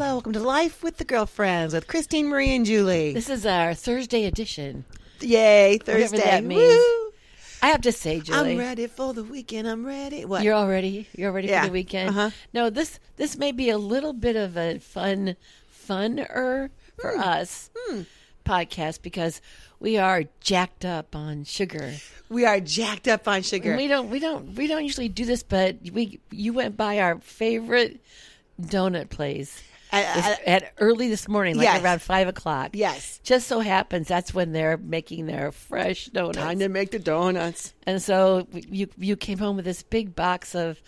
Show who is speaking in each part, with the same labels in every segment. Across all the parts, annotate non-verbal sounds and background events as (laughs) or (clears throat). Speaker 1: Life with the Girlfriends with Christine, Marie, and Julie.
Speaker 2: This is our Thursday edition.
Speaker 1: (laughs) Yay, Thursday.
Speaker 2: that means.
Speaker 1: Woo.
Speaker 2: I have to say, Julie,
Speaker 1: I'm ready for the weekend. I'm ready. What?
Speaker 2: you're already you're ready
Speaker 1: Yeah.
Speaker 2: for the weekend.
Speaker 1: Uh-huh.
Speaker 2: No, this this may be a little bit of a fun funner for
Speaker 1: Hmm.
Speaker 2: us podcast because we are jacked up on sugar.
Speaker 1: we are jacked up on sugar.
Speaker 2: We don't we don't we don't usually do this, but we you went by our favorite donut place.
Speaker 1: I-
Speaker 2: this-
Speaker 1: I-
Speaker 2: at early this morning, like
Speaker 1: Uh, Yes.
Speaker 2: around five o'clock.
Speaker 1: Yes.
Speaker 2: Just so happens that's when they're making their fresh donuts.
Speaker 1: Time to make the donuts.
Speaker 2: And so you you came home with this big box of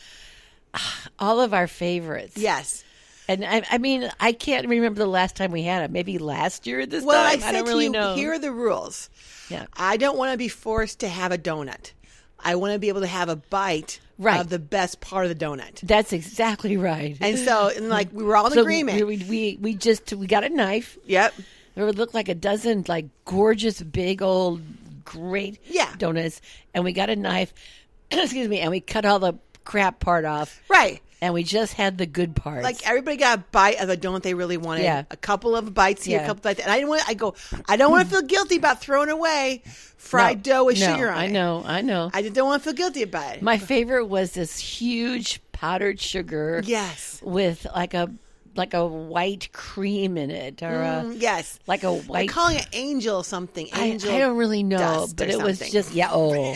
Speaker 2: ah, all of our favorites.
Speaker 1: Yes.
Speaker 2: And I, I mean, I can't remember the last time we had them. Maybe last year at this
Speaker 1: Well, I
Speaker 2: time.
Speaker 1: said
Speaker 2: don't
Speaker 1: to
Speaker 2: really
Speaker 1: you,
Speaker 2: know.
Speaker 1: here are the rules.
Speaker 2: yeah.
Speaker 1: I don't want to be forced to have a donut. I want to be able to have a bite
Speaker 2: Right.
Speaker 1: of the best part of the donut.
Speaker 2: That's exactly right.
Speaker 1: And (laughs) so, and like, we were all in
Speaker 2: so
Speaker 1: agreement.
Speaker 2: We, we we just we got a knife.
Speaker 1: yep.
Speaker 2: There looked like a dozen like gorgeous big old great
Speaker 1: Yeah.
Speaker 2: donuts, and we got a knife. (clears throat) excuse me, and we cut all the crap part off,
Speaker 1: Right.
Speaker 2: and we just had the good parts.
Speaker 1: Like everybody got a bite of a donut they really wanted.
Speaker 2: Yeah.
Speaker 1: A couple of bites here, a
Speaker 2: Yeah.
Speaker 1: couple bites. there. And I didn't want. I go. I don't want to feel guilty about throwing away fried
Speaker 2: No,
Speaker 1: dough with
Speaker 2: no,
Speaker 1: sugar on
Speaker 2: I
Speaker 1: it.
Speaker 2: know, I know.
Speaker 1: I just don't want to feel guilty about it.
Speaker 2: My favorite was this huge powdered sugar.
Speaker 1: Yes.
Speaker 2: With like a like a white cream in it or a,
Speaker 1: Mm, yes.
Speaker 2: like a
Speaker 1: They're
Speaker 2: white
Speaker 1: calling it angel something.
Speaker 2: I,
Speaker 1: Angel.
Speaker 2: I don't really know,
Speaker 1: dust or
Speaker 2: but it was
Speaker 1: something.
Speaker 2: just yeah,
Speaker 1: (laughs)
Speaker 2: oh.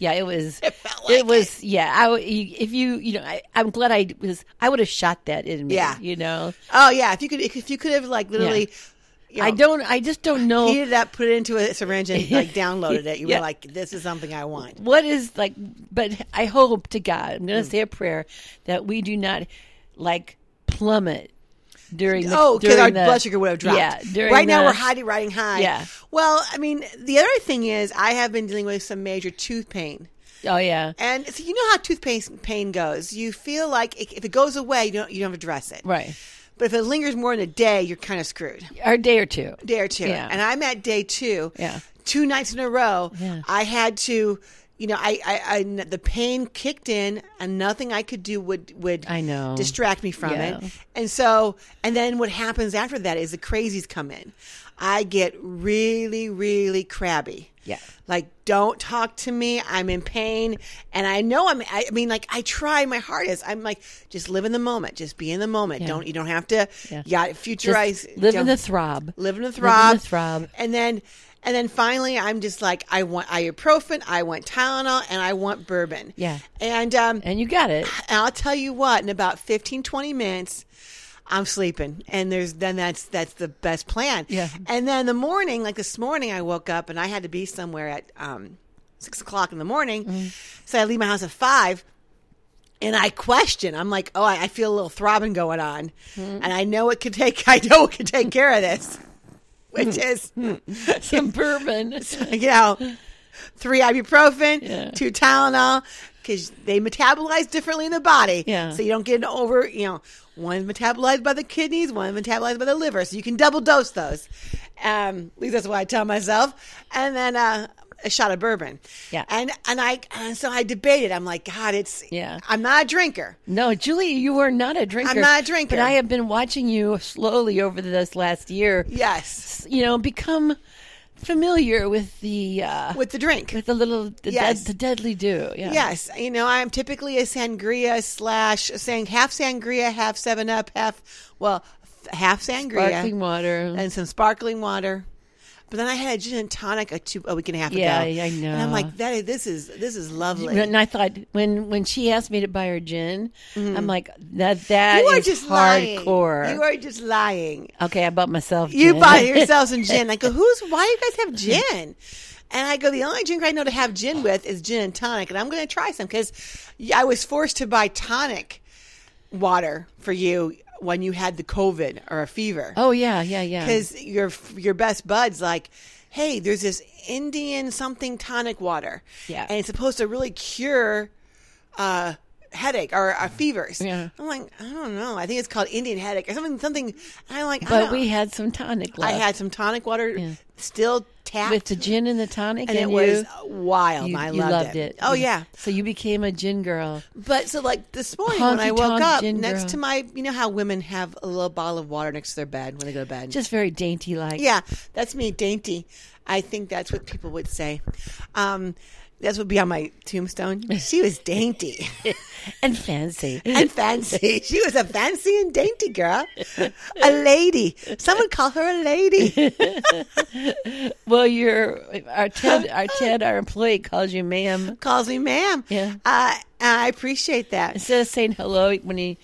Speaker 2: Yeah, it was. It,
Speaker 1: felt like
Speaker 2: was. Yeah, I, w- you- if you, you know, I, I'm glad I was. I would have shot that in me.
Speaker 1: Yeah.
Speaker 2: you know,
Speaker 1: Oh yeah. If you could, if you could have like literally, you know,
Speaker 2: I don't. I just don't know.
Speaker 1: heated it up, put it into a syringe, and like downloaded it. You
Speaker 2: (laughs) Yeah.
Speaker 1: were like, "This is something I want."
Speaker 2: what is like but i hope to god i'm
Speaker 1: Mm.
Speaker 2: going to say a prayer that we do not like plummet during the
Speaker 1: Oh, because
Speaker 2: during
Speaker 1: our
Speaker 2: the-
Speaker 1: blood sugar would have dropped.
Speaker 2: yeah during
Speaker 1: right now
Speaker 2: the-
Speaker 1: we're hiding, riding high.
Speaker 2: Yeah.
Speaker 1: Well, I mean, the other thing is I have been dealing with some major tooth pain,
Speaker 2: oh yeah
Speaker 1: and so you know how tooth pain, pain goes. You feel like it, if it goes away, you don't you don't have to dress it.
Speaker 2: right
Speaker 1: But if it lingers more than a day, you're kind of screwed.
Speaker 2: our day or two
Speaker 1: Day or two,
Speaker 2: Yeah.
Speaker 1: and I'm at day two.
Speaker 2: Yeah.
Speaker 1: Two nights in a row,
Speaker 2: Yeah.
Speaker 1: I had to. You know, I, I, I- the pain kicked in, and nothing I could do would would
Speaker 2: I know.
Speaker 1: distract me from
Speaker 2: Yeah.
Speaker 1: it. And so, and then what happens after that is the crazies come in. I get really, really crabby.
Speaker 2: Yeah.
Speaker 1: Like, don't talk to me. I'm in pain. And I know I'm, I I mean, like, I try my hardest. I'm like, just live in the moment. Just be in the moment.
Speaker 2: Yeah.
Speaker 1: Don't, you don't have to,
Speaker 2: Yeah.
Speaker 1: yeah, futurize.
Speaker 2: Just live in
Speaker 1: don't-
Speaker 2: the throb
Speaker 1: Live in the throb.
Speaker 2: Live in the throb.
Speaker 1: And then, and then finally, I'm just like, I want ibuprofen, I want Tylenol, and I want bourbon.
Speaker 2: Yeah.
Speaker 1: And, um,
Speaker 2: and you got
Speaker 1: (laughs)
Speaker 2: it (laughs)
Speaker 1: and I'll tell you what, in about 15, 20 minutes, I'm sleeping. And there's then that's that's the best plan.
Speaker 2: Yeah.
Speaker 1: And then the morning, like this morning I woke up and I had to be somewhere at um six o'clock in the morning. So I leave my house at five. And I question. I'm like, oh, I, I feel a little throbbing going on, and I know it could take. (laughs) I know it could take care of this, which is (laughs)
Speaker 2: some bourbon
Speaker 1: you know, three ibuprofen,
Speaker 2: Yeah.
Speaker 1: two Tylenol, because they metabolize differently in the body.
Speaker 2: Yeah.
Speaker 1: So you don't get an over, you know, one metabolized by the kidneys, one metabolized by the liver. So you can double dose those. Um, at least that's what I tell myself. And then, uh, a shot of bourbon,
Speaker 2: Yeah.
Speaker 1: and and I and so I debated. I'm like, God, it's
Speaker 2: Yeah.
Speaker 1: I'm not a drinker.
Speaker 2: no julie you are not a drinker
Speaker 1: I'm not a drinker.
Speaker 2: but i have been watching you slowly over this last year
Speaker 1: Yes,
Speaker 2: you know become familiar with the uh
Speaker 1: with the drink.
Speaker 2: with the little the,
Speaker 1: Yes.
Speaker 2: dead, the deadly do
Speaker 1: (laughs)
Speaker 2: yeah
Speaker 1: Yes, you know I'm typically a sangria slash saying half sangria, half Seven Up, half well, f- half sangria
Speaker 2: sparkling water
Speaker 1: and some sparkling water. But then I had a gin and tonic a two a week and a half
Speaker 2: Yeah,
Speaker 1: ago.
Speaker 2: I- I
Speaker 1: And I'm
Speaker 2: know.
Speaker 1: like, that is, this is this is lovely.
Speaker 2: And I thought when when she asked me to buy her gin, I'm like that that
Speaker 1: Mm-hmm. you are
Speaker 2: is
Speaker 1: just
Speaker 2: hardcore.
Speaker 1: lying. You are just lying.
Speaker 2: okay, I bought myself.
Speaker 1: You
Speaker 2: gin. (laughs)
Speaker 1: buy yourself some gin. I go, who's why do you guys have gin? And I go, the only drink I know to have gin with is gin and tonic, and I'm going to try some because I was forced to buy tonic water for you when you had the COVID or a fever
Speaker 2: oh yeah, yeah, yeah.
Speaker 1: because your your best bud's like, hey, there's this Indian something tonic water,
Speaker 2: Yeah.
Speaker 1: and it's supposed to really cure uh, headache or uh, fevers.
Speaker 2: Yeah.
Speaker 1: I'm like, I don't know. I think it's called Indian headache or something. Something. I'm like, I
Speaker 2: but
Speaker 1: don't-
Speaker 2: we had some tonic
Speaker 1: oh. I
Speaker 2: left.
Speaker 1: had some tonic water, still tap
Speaker 2: with the gin and the tonic,
Speaker 1: and it
Speaker 2: you,
Speaker 1: was wild.
Speaker 2: you,
Speaker 1: I
Speaker 2: you
Speaker 1: loved,
Speaker 2: loved
Speaker 1: it. Oh yeah.
Speaker 2: So you became a gin girl.
Speaker 1: But so like this morning when I
Speaker 2: Honky
Speaker 1: woke
Speaker 2: tonk
Speaker 1: up
Speaker 2: gin
Speaker 1: next
Speaker 2: girl.
Speaker 1: to my, you know how women have a little bottle of water next to their bed when they go to bed.
Speaker 2: Just very dainty like.
Speaker 1: yeah, that's me, dainty. I think that's what people would say. Um, that's what would be on my
Speaker 2: (laughs)
Speaker 1: tombstone. She was dainty
Speaker 2: And fancy.
Speaker 1: and fancy. She was a fancy and dainty girl, a lady. Someone call her a
Speaker 2: (laughs)
Speaker 1: lady.
Speaker 2: Well, your
Speaker 1: (laughs)
Speaker 2: our Ted, our Ted, our employee calls you ma'am.
Speaker 1: Calls me ma'am.
Speaker 2: Yeah.
Speaker 1: Uh, I appreciate that.
Speaker 2: Instead of saying hello when he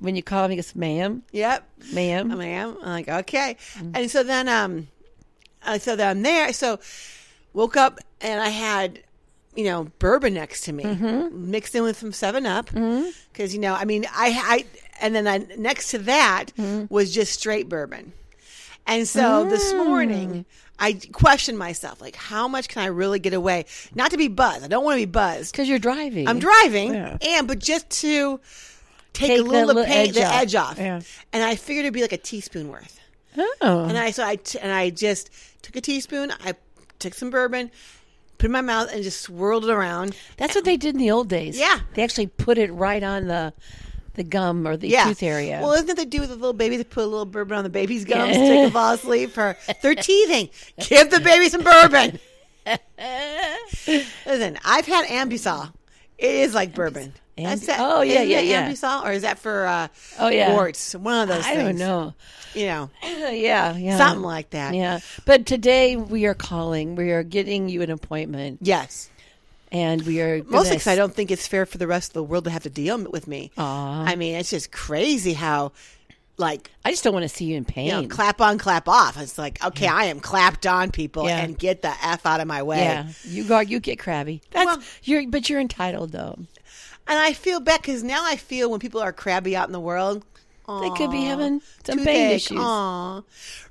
Speaker 2: when you call him, he goes ma'am,
Speaker 1: Yep.
Speaker 2: ma'am.
Speaker 1: I am. I'm like, okay. And so then, um, uh, so then I'm there. So woke up and I had, you know, bourbon next to me, mixed in with some Seven Up, because you know, I mean, I, I, and then I, next to that was just straight bourbon. And so this morning, I questioned myself, like, how much can I really get away? Not to be buzzed. I don't want to be buzzed.
Speaker 2: Because you're driving.
Speaker 1: I'm driving,
Speaker 2: Yeah.
Speaker 1: and but just to take,
Speaker 2: Take
Speaker 1: a little,
Speaker 2: that little
Speaker 1: of paint,
Speaker 2: edge
Speaker 1: the
Speaker 2: off.
Speaker 1: edge off,
Speaker 2: Yeah.
Speaker 1: and I figured it'd be like a teaspoon worth.
Speaker 2: Oh.
Speaker 1: And I so I t- and I just took a teaspoon, I took some bourbon, put it in my mouth, and just swirled it around.
Speaker 2: That's what they did in the old days.
Speaker 1: Yeah.
Speaker 2: They actually put it right on the the gum or the
Speaker 1: Yeah,
Speaker 2: tooth area.
Speaker 1: Well, isn't it they do with the little baby? They put a little bourbon on the baby's gums
Speaker 2: Yeah.
Speaker 1: to make them fall asleep. Or they're teething. Give the baby some
Speaker 2: (laughs)
Speaker 1: bourbon. Listen, I've had Ambisol. It is like bourbon.
Speaker 2: Ambi-
Speaker 1: That's that.
Speaker 2: Oh, yeah,
Speaker 1: isn't
Speaker 2: yeah,
Speaker 1: it
Speaker 2: yeah.
Speaker 1: Ambisol, or is that for uh,
Speaker 2: Oh, yeah.
Speaker 1: warts? One of those.
Speaker 2: I
Speaker 1: things.
Speaker 2: don't know. (laughs)
Speaker 1: you know,
Speaker 2: yeah, yeah.
Speaker 1: something like that.
Speaker 2: Yeah. But today we are calling. We are getting you an appointment.
Speaker 1: Yes.
Speaker 2: And we are
Speaker 1: Mostly because I don't think it's fair for the rest of the world to have to deal with me.
Speaker 2: Aw.
Speaker 1: I mean, it's just crazy how, like,
Speaker 2: I just don't want to see you in pain.
Speaker 1: you know, clap on, clap off. It's like, okay, I am clapped on, people,
Speaker 2: Yeah.
Speaker 1: and get the f out of my way.
Speaker 2: yeah. You go you get crabby. That's
Speaker 1: Well-
Speaker 2: you're but you're entitled though.
Speaker 1: And I feel bad because now I feel when people are crabby out in the world,
Speaker 2: They could be
Speaker 1: "Aw,
Speaker 2: having some pain
Speaker 1: toothache,
Speaker 2: issues.
Speaker 1: aw."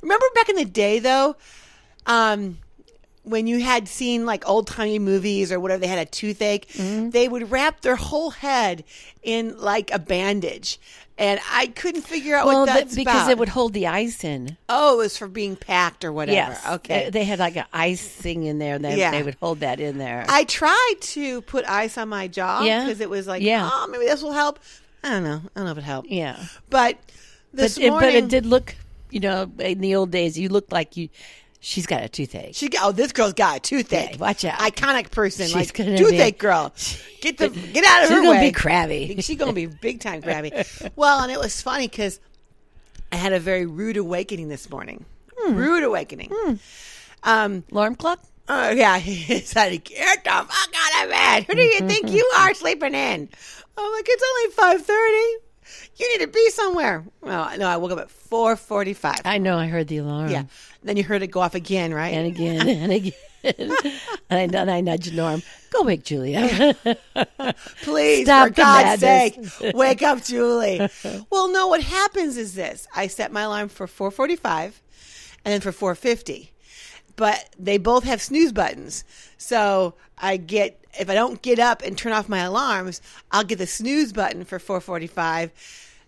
Speaker 1: Remember back in the day though, um, when you had seen like old timey movies or whatever, they had a toothache.
Speaker 2: Mm-hmm.
Speaker 1: They would wrap their whole head in like a bandage, and I couldn't figure out
Speaker 2: Well,
Speaker 1: what
Speaker 2: that-
Speaker 1: that's
Speaker 2: because
Speaker 1: about.
Speaker 2: it would hold the ice in.
Speaker 1: Oh, it was for being packed or whatever.
Speaker 2: Yes.
Speaker 1: Okay.
Speaker 2: They, they had like an ice thing in there. And they,
Speaker 1: Yeah.
Speaker 2: they would hold that in there.
Speaker 1: I tried to put ice on my jaw
Speaker 2: Yeah.
Speaker 1: because it was like,
Speaker 2: Yeah.
Speaker 1: oh, maybe this will help. I don't know. I don't know if it helped.
Speaker 2: yeah.
Speaker 1: But this
Speaker 2: it-
Speaker 1: morning,
Speaker 2: but it did look, you know, in the old days, you looked like you. She's got a toothache.
Speaker 1: She oh, this girl's got a toothache.
Speaker 2: Yeah, watch out.
Speaker 1: iconic person,
Speaker 2: She's
Speaker 1: like
Speaker 2: gonna be-
Speaker 1: toothache
Speaker 2: (laughs)
Speaker 1: girl. Get the get out of
Speaker 2: She's
Speaker 1: her
Speaker 2: gonna
Speaker 1: way.
Speaker 2: be crabby.
Speaker 1: She's gonna be big time
Speaker 2: (laughs)
Speaker 1: crabby. well, and it was funny because I had a very rude awakening this morning.
Speaker 2: Hmm.
Speaker 1: Rude awakening. Um.
Speaker 2: Alarm clock.
Speaker 1: Oh yeah, (laughs) it's like get the fuck out of bed. Who do you think
Speaker 2: (laughs)
Speaker 1: you are sleeping in? I'm like, it's only five thirty. You need to be somewhere. Well, no, I woke up at four forty-five.
Speaker 2: I know. I heard the alarm.
Speaker 1: Yeah. Then you heard it go off again, right?
Speaker 2: And again and again. (laughs) and, I, and I nudge Norm. Go wake Julia.
Speaker 1: Please,
Speaker 2: Stop
Speaker 1: for
Speaker 2: the
Speaker 1: God's
Speaker 2: madness.
Speaker 1: sake, wake up,
Speaker 2: (laughs)
Speaker 1: Julie. well, no, what happens is this: I set my alarm for four forty-five, and then for four fifty. But they both have snooze buttons, so I get if I don't get up and turn off my alarms, I'll get the snooze button for four forty-five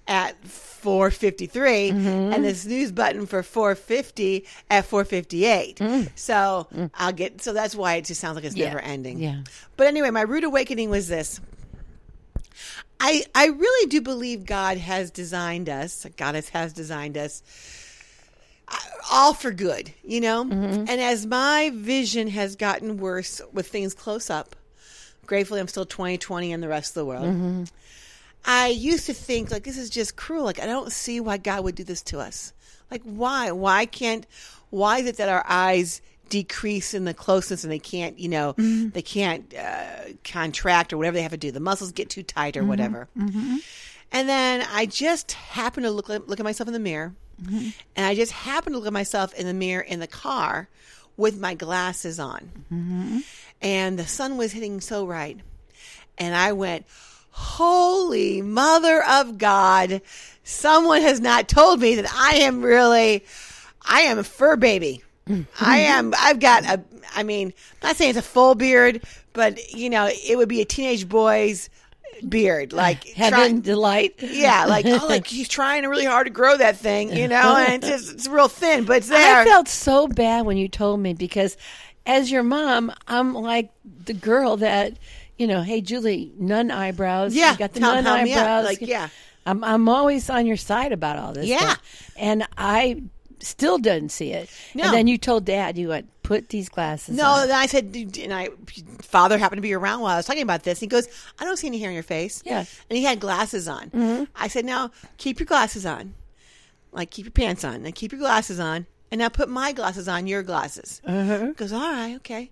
Speaker 1: at 453
Speaker 2: Mm-hmm.
Speaker 1: and the snooze button for 450 at 458 so i'll get so that's why it just sounds like it's
Speaker 2: Mm. Yeah.
Speaker 1: never ending
Speaker 2: Yeah.
Speaker 1: but anyway my rude awakening was this I I really do believe God has designed us. Goddess has designed us uh, all for good, you know. And as my vision has gotten worse with things close up, gratefully I'm still 2020 and the rest of the world. I used to think like this is just cruel. Like I don't see why God would do this to us. Like why? Why can't? Why is it that our eyes decrease in the closeness and they can't? You know, they can't uh, contract or whatever they have to do. The muscles get too tight or whatever. And then I just happened to look look at myself in the mirror, and I just happened to look at myself in the mirror in the car with my glasses on, and the sun was hitting so right, and I went, "Holy Mother of God! Someone has not told me that I am really, I am a fur baby." I am. I've got a. I mean, I'm not saying it's a full beard, but you know, it would be a teenage boy's beard.
Speaker 2: (laughs)
Speaker 1: Like
Speaker 2: Heaven
Speaker 1: trying-
Speaker 2: delight.
Speaker 1: yeah, like oh, like he's trying really hard to grow that thing, you know, and it's just, it's real thin, but it's there.
Speaker 2: I felt so bad when you told me because as your mom, I'm like the girl that, you know, hey Julie, nun eyebrows.
Speaker 1: Yeah,
Speaker 2: You got the
Speaker 1: tell-
Speaker 2: nun
Speaker 1: help me out.
Speaker 2: eyebrows.
Speaker 1: Like, yeah.
Speaker 2: I'm I'm always on your side about all this.
Speaker 1: Yeah.
Speaker 2: stuff. And I still didn't see it.
Speaker 1: No.
Speaker 2: And then you told dad you went, put these glasses
Speaker 1: no,
Speaker 2: on.
Speaker 1: then I said, "Dude," and I father happened to be around while I was talking about this. He goes, I don't see any hair on your face.
Speaker 2: Yeah. Mm-hmm.
Speaker 1: and he had glasses on. I said, now keep your glasses on, like keep your pants on, and keep your glasses on, and now put my glasses on your glasses. He goes, all right, okay.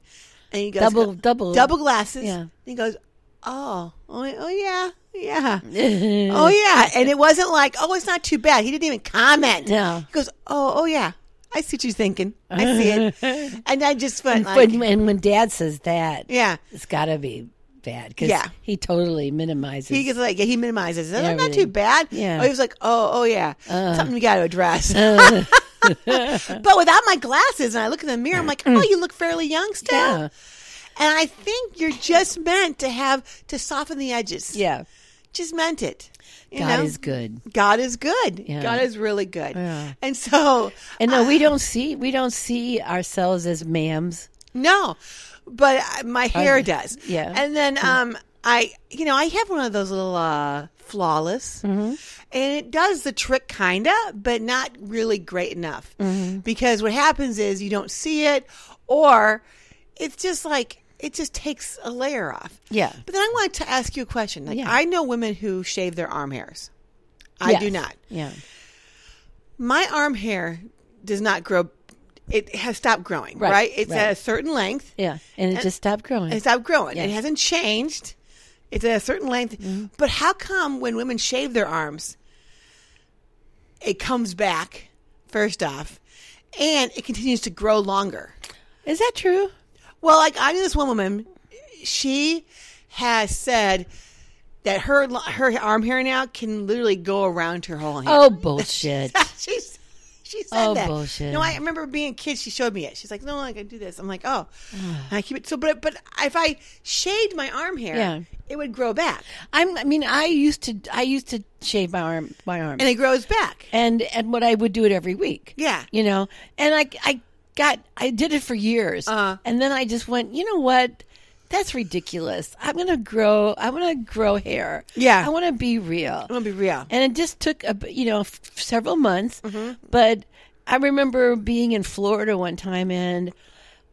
Speaker 1: And he goes,
Speaker 2: Uh-huh. Double- double-
Speaker 1: double glasses.
Speaker 2: Yeah.
Speaker 1: And he goes, oh, oh, oh
Speaker 2: (laughs)
Speaker 1: yeah, yeah. oh yeah and it wasn't like oh it's not too bad he didn't even comment
Speaker 2: No.
Speaker 1: he goes oh oh yeah i see what you're thinking i see
Speaker 2: (laughs)
Speaker 1: it and i just went like
Speaker 2: When, and when dad says that,
Speaker 1: yeah
Speaker 2: it's got to be bad because
Speaker 1: Yeah.
Speaker 2: he totally minimizes.
Speaker 1: he gets like yeah, he minimizes it. Oh, not
Speaker 2: Everything.
Speaker 1: too bad.
Speaker 2: Yeah. Uh.
Speaker 1: Oh, he was like, oh, oh yeah, something we got to
Speaker 2: (laughs)
Speaker 1: address. (laughs) but without my glasses, and I look in the mirror, I'm like, oh, you look fairly young still.
Speaker 2: Mm. yeah,
Speaker 1: And I think you're just meant to have to soften the edges.
Speaker 2: yeah.
Speaker 1: just meant it. You
Speaker 2: God
Speaker 1: know?
Speaker 2: is good.
Speaker 1: God is good.
Speaker 2: Yeah.
Speaker 1: God is really good.
Speaker 2: Yeah.
Speaker 1: And so
Speaker 2: And no,
Speaker 1: Uh,
Speaker 2: we don't see we don't see ourselves as ma'ams.
Speaker 1: No, but uh, my hair does.
Speaker 2: yeah.
Speaker 1: And then um, I, you know, I have one of those little uh, flawless,
Speaker 2: Mm-hmm.
Speaker 1: and it does the trick kinda, but not really great enough.
Speaker 2: Mm-hmm.
Speaker 1: Because what happens is you don't see it, or it's just like it just takes a layer off.
Speaker 2: Yeah.
Speaker 1: But then I wanted to ask you a question. Like
Speaker 2: Yeah.
Speaker 1: I know women who shave their arm hairs. I do
Speaker 2: Yes.
Speaker 1: not.
Speaker 2: Yeah.
Speaker 1: My arm hair does not grow. It has stopped growing, right?
Speaker 2: Right,
Speaker 1: It's
Speaker 2: right.
Speaker 1: at a certain length.
Speaker 2: Yeah. And it just stopped growing.
Speaker 1: It's outgrowing. It
Speaker 2: Yes. Mm-hmm.
Speaker 1: hasn't changed. It's at a certain length. But how come when women shave their arms, it comes back, first off, and it continues to grow longer?
Speaker 2: Is that true?
Speaker 1: Well, like I knew this one woman, she has said that her lo- her arm hair now can literally go around her whole hand. (laughs)
Speaker 2: Oh bullshit.
Speaker 1: She's she said
Speaker 2: Oh,
Speaker 1: that.
Speaker 2: bullshit.
Speaker 1: No, I remember being a kid. She showed me it. She's like, "No, I can do this." I'm like,
Speaker 2: (sighs)
Speaker 1: "Oh," and I keep it. So, but but if I shaved my arm hair,
Speaker 2: Yeah.
Speaker 1: it would grow back,
Speaker 2: I'm I mean, I used to I used to shave my arm my arm.
Speaker 1: and it grows
Speaker 2: (laughs)
Speaker 1: back.
Speaker 2: and and what I would do it every week.
Speaker 1: Yeah.
Speaker 2: you know, and I I got I did it for years,
Speaker 1: Uh-huh.
Speaker 2: and then I just went, you know what? That's ridiculous. I'm gonna grow. I'm gonna grow hair.
Speaker 1: Yeah.
Speaker 2: I want to be real.
Speaker 1: I'm gonna be real. Mm-hmm.
Speaker 2: And it just took a b- you know f- several months, but I remember being in Florida one time and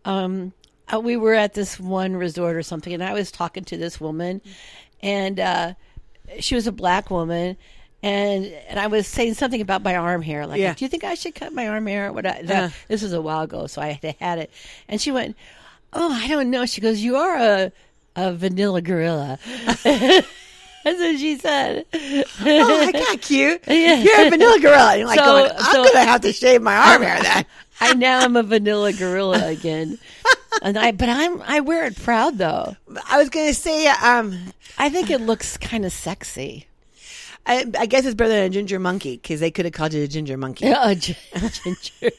Speaker 2: um uh, we were at this one resort or something and I was talking to this woman and uh she was a black woman and and I was saying something about my arm hair like
Speaker 1: Yeah.
Speaker 2: do you think I should cut my arm hair what I,
Speaker 1: Uh.
Speaker 2: this was a while ago so I had had it and she went oh I don't know she goes you are a a vanilla gorilla (laughs) that's what she said
Speaker 1: oh, I got cute.
Speaker 2: (laughs) Yeah.
Speaker 1: You're a vanilla girl. And you're like,
Speaker 2: So-
Speaker 1: going, I'm
Speaker 2: so-
Speaker 1: gonna have to shave my arm hair then.
Speaker 2: (laughs) I now am a vanilla gorilla again. And I but I'm I wear it proud though.
Speaker 1: I was gonna say, um,
Speaker 2: I think it looks kind of sexy.
Speaker 1: I, I guess it's better than a ginger monkey because they could have called you a ginger
Speaker 2: (laughs)
Speaker 1: monkey.
Speaker 2: Uh, gi- ginger.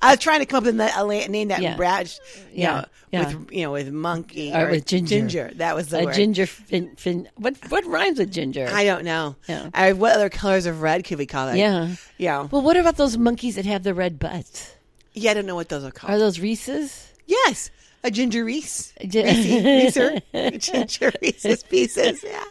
Speaker 1: I was trying to come up with the, a la- name that
Speaker 2: Yeah.
Speaker 1: Brad, you
Speaker 2: Yeah.
Speaker 1: know,
Speaker 2: Yeah.
Speaker 1: with you know, with monkey
Speaker 2: Or
Speaker 1: or,
Speaker 2: with ginger.
Speaker 1: That was the
Speaker 2: A
Speaker 1: word.
Speaker 2: ginger fin, fin what what rhymes with ginger?
Speaker 1: I don't know.
Speaker 2: Yeah.
Speaker 1: I, what other colors of red could we call it?
Speaker 2: yeah.
Speaker 1: Yeah.
Speaker 2: Well, what about those monkeys that have the red butts?
Speaker 1: yeah, I don't know what those are called.
Speaker 2: Are those Reese's?
Speaker 1: yes. A ginger (laughs) Reese.
Speaker 2: Gi-
Speaker 1: Reeser. (laughs) ginger Reese's pieces. Yeah.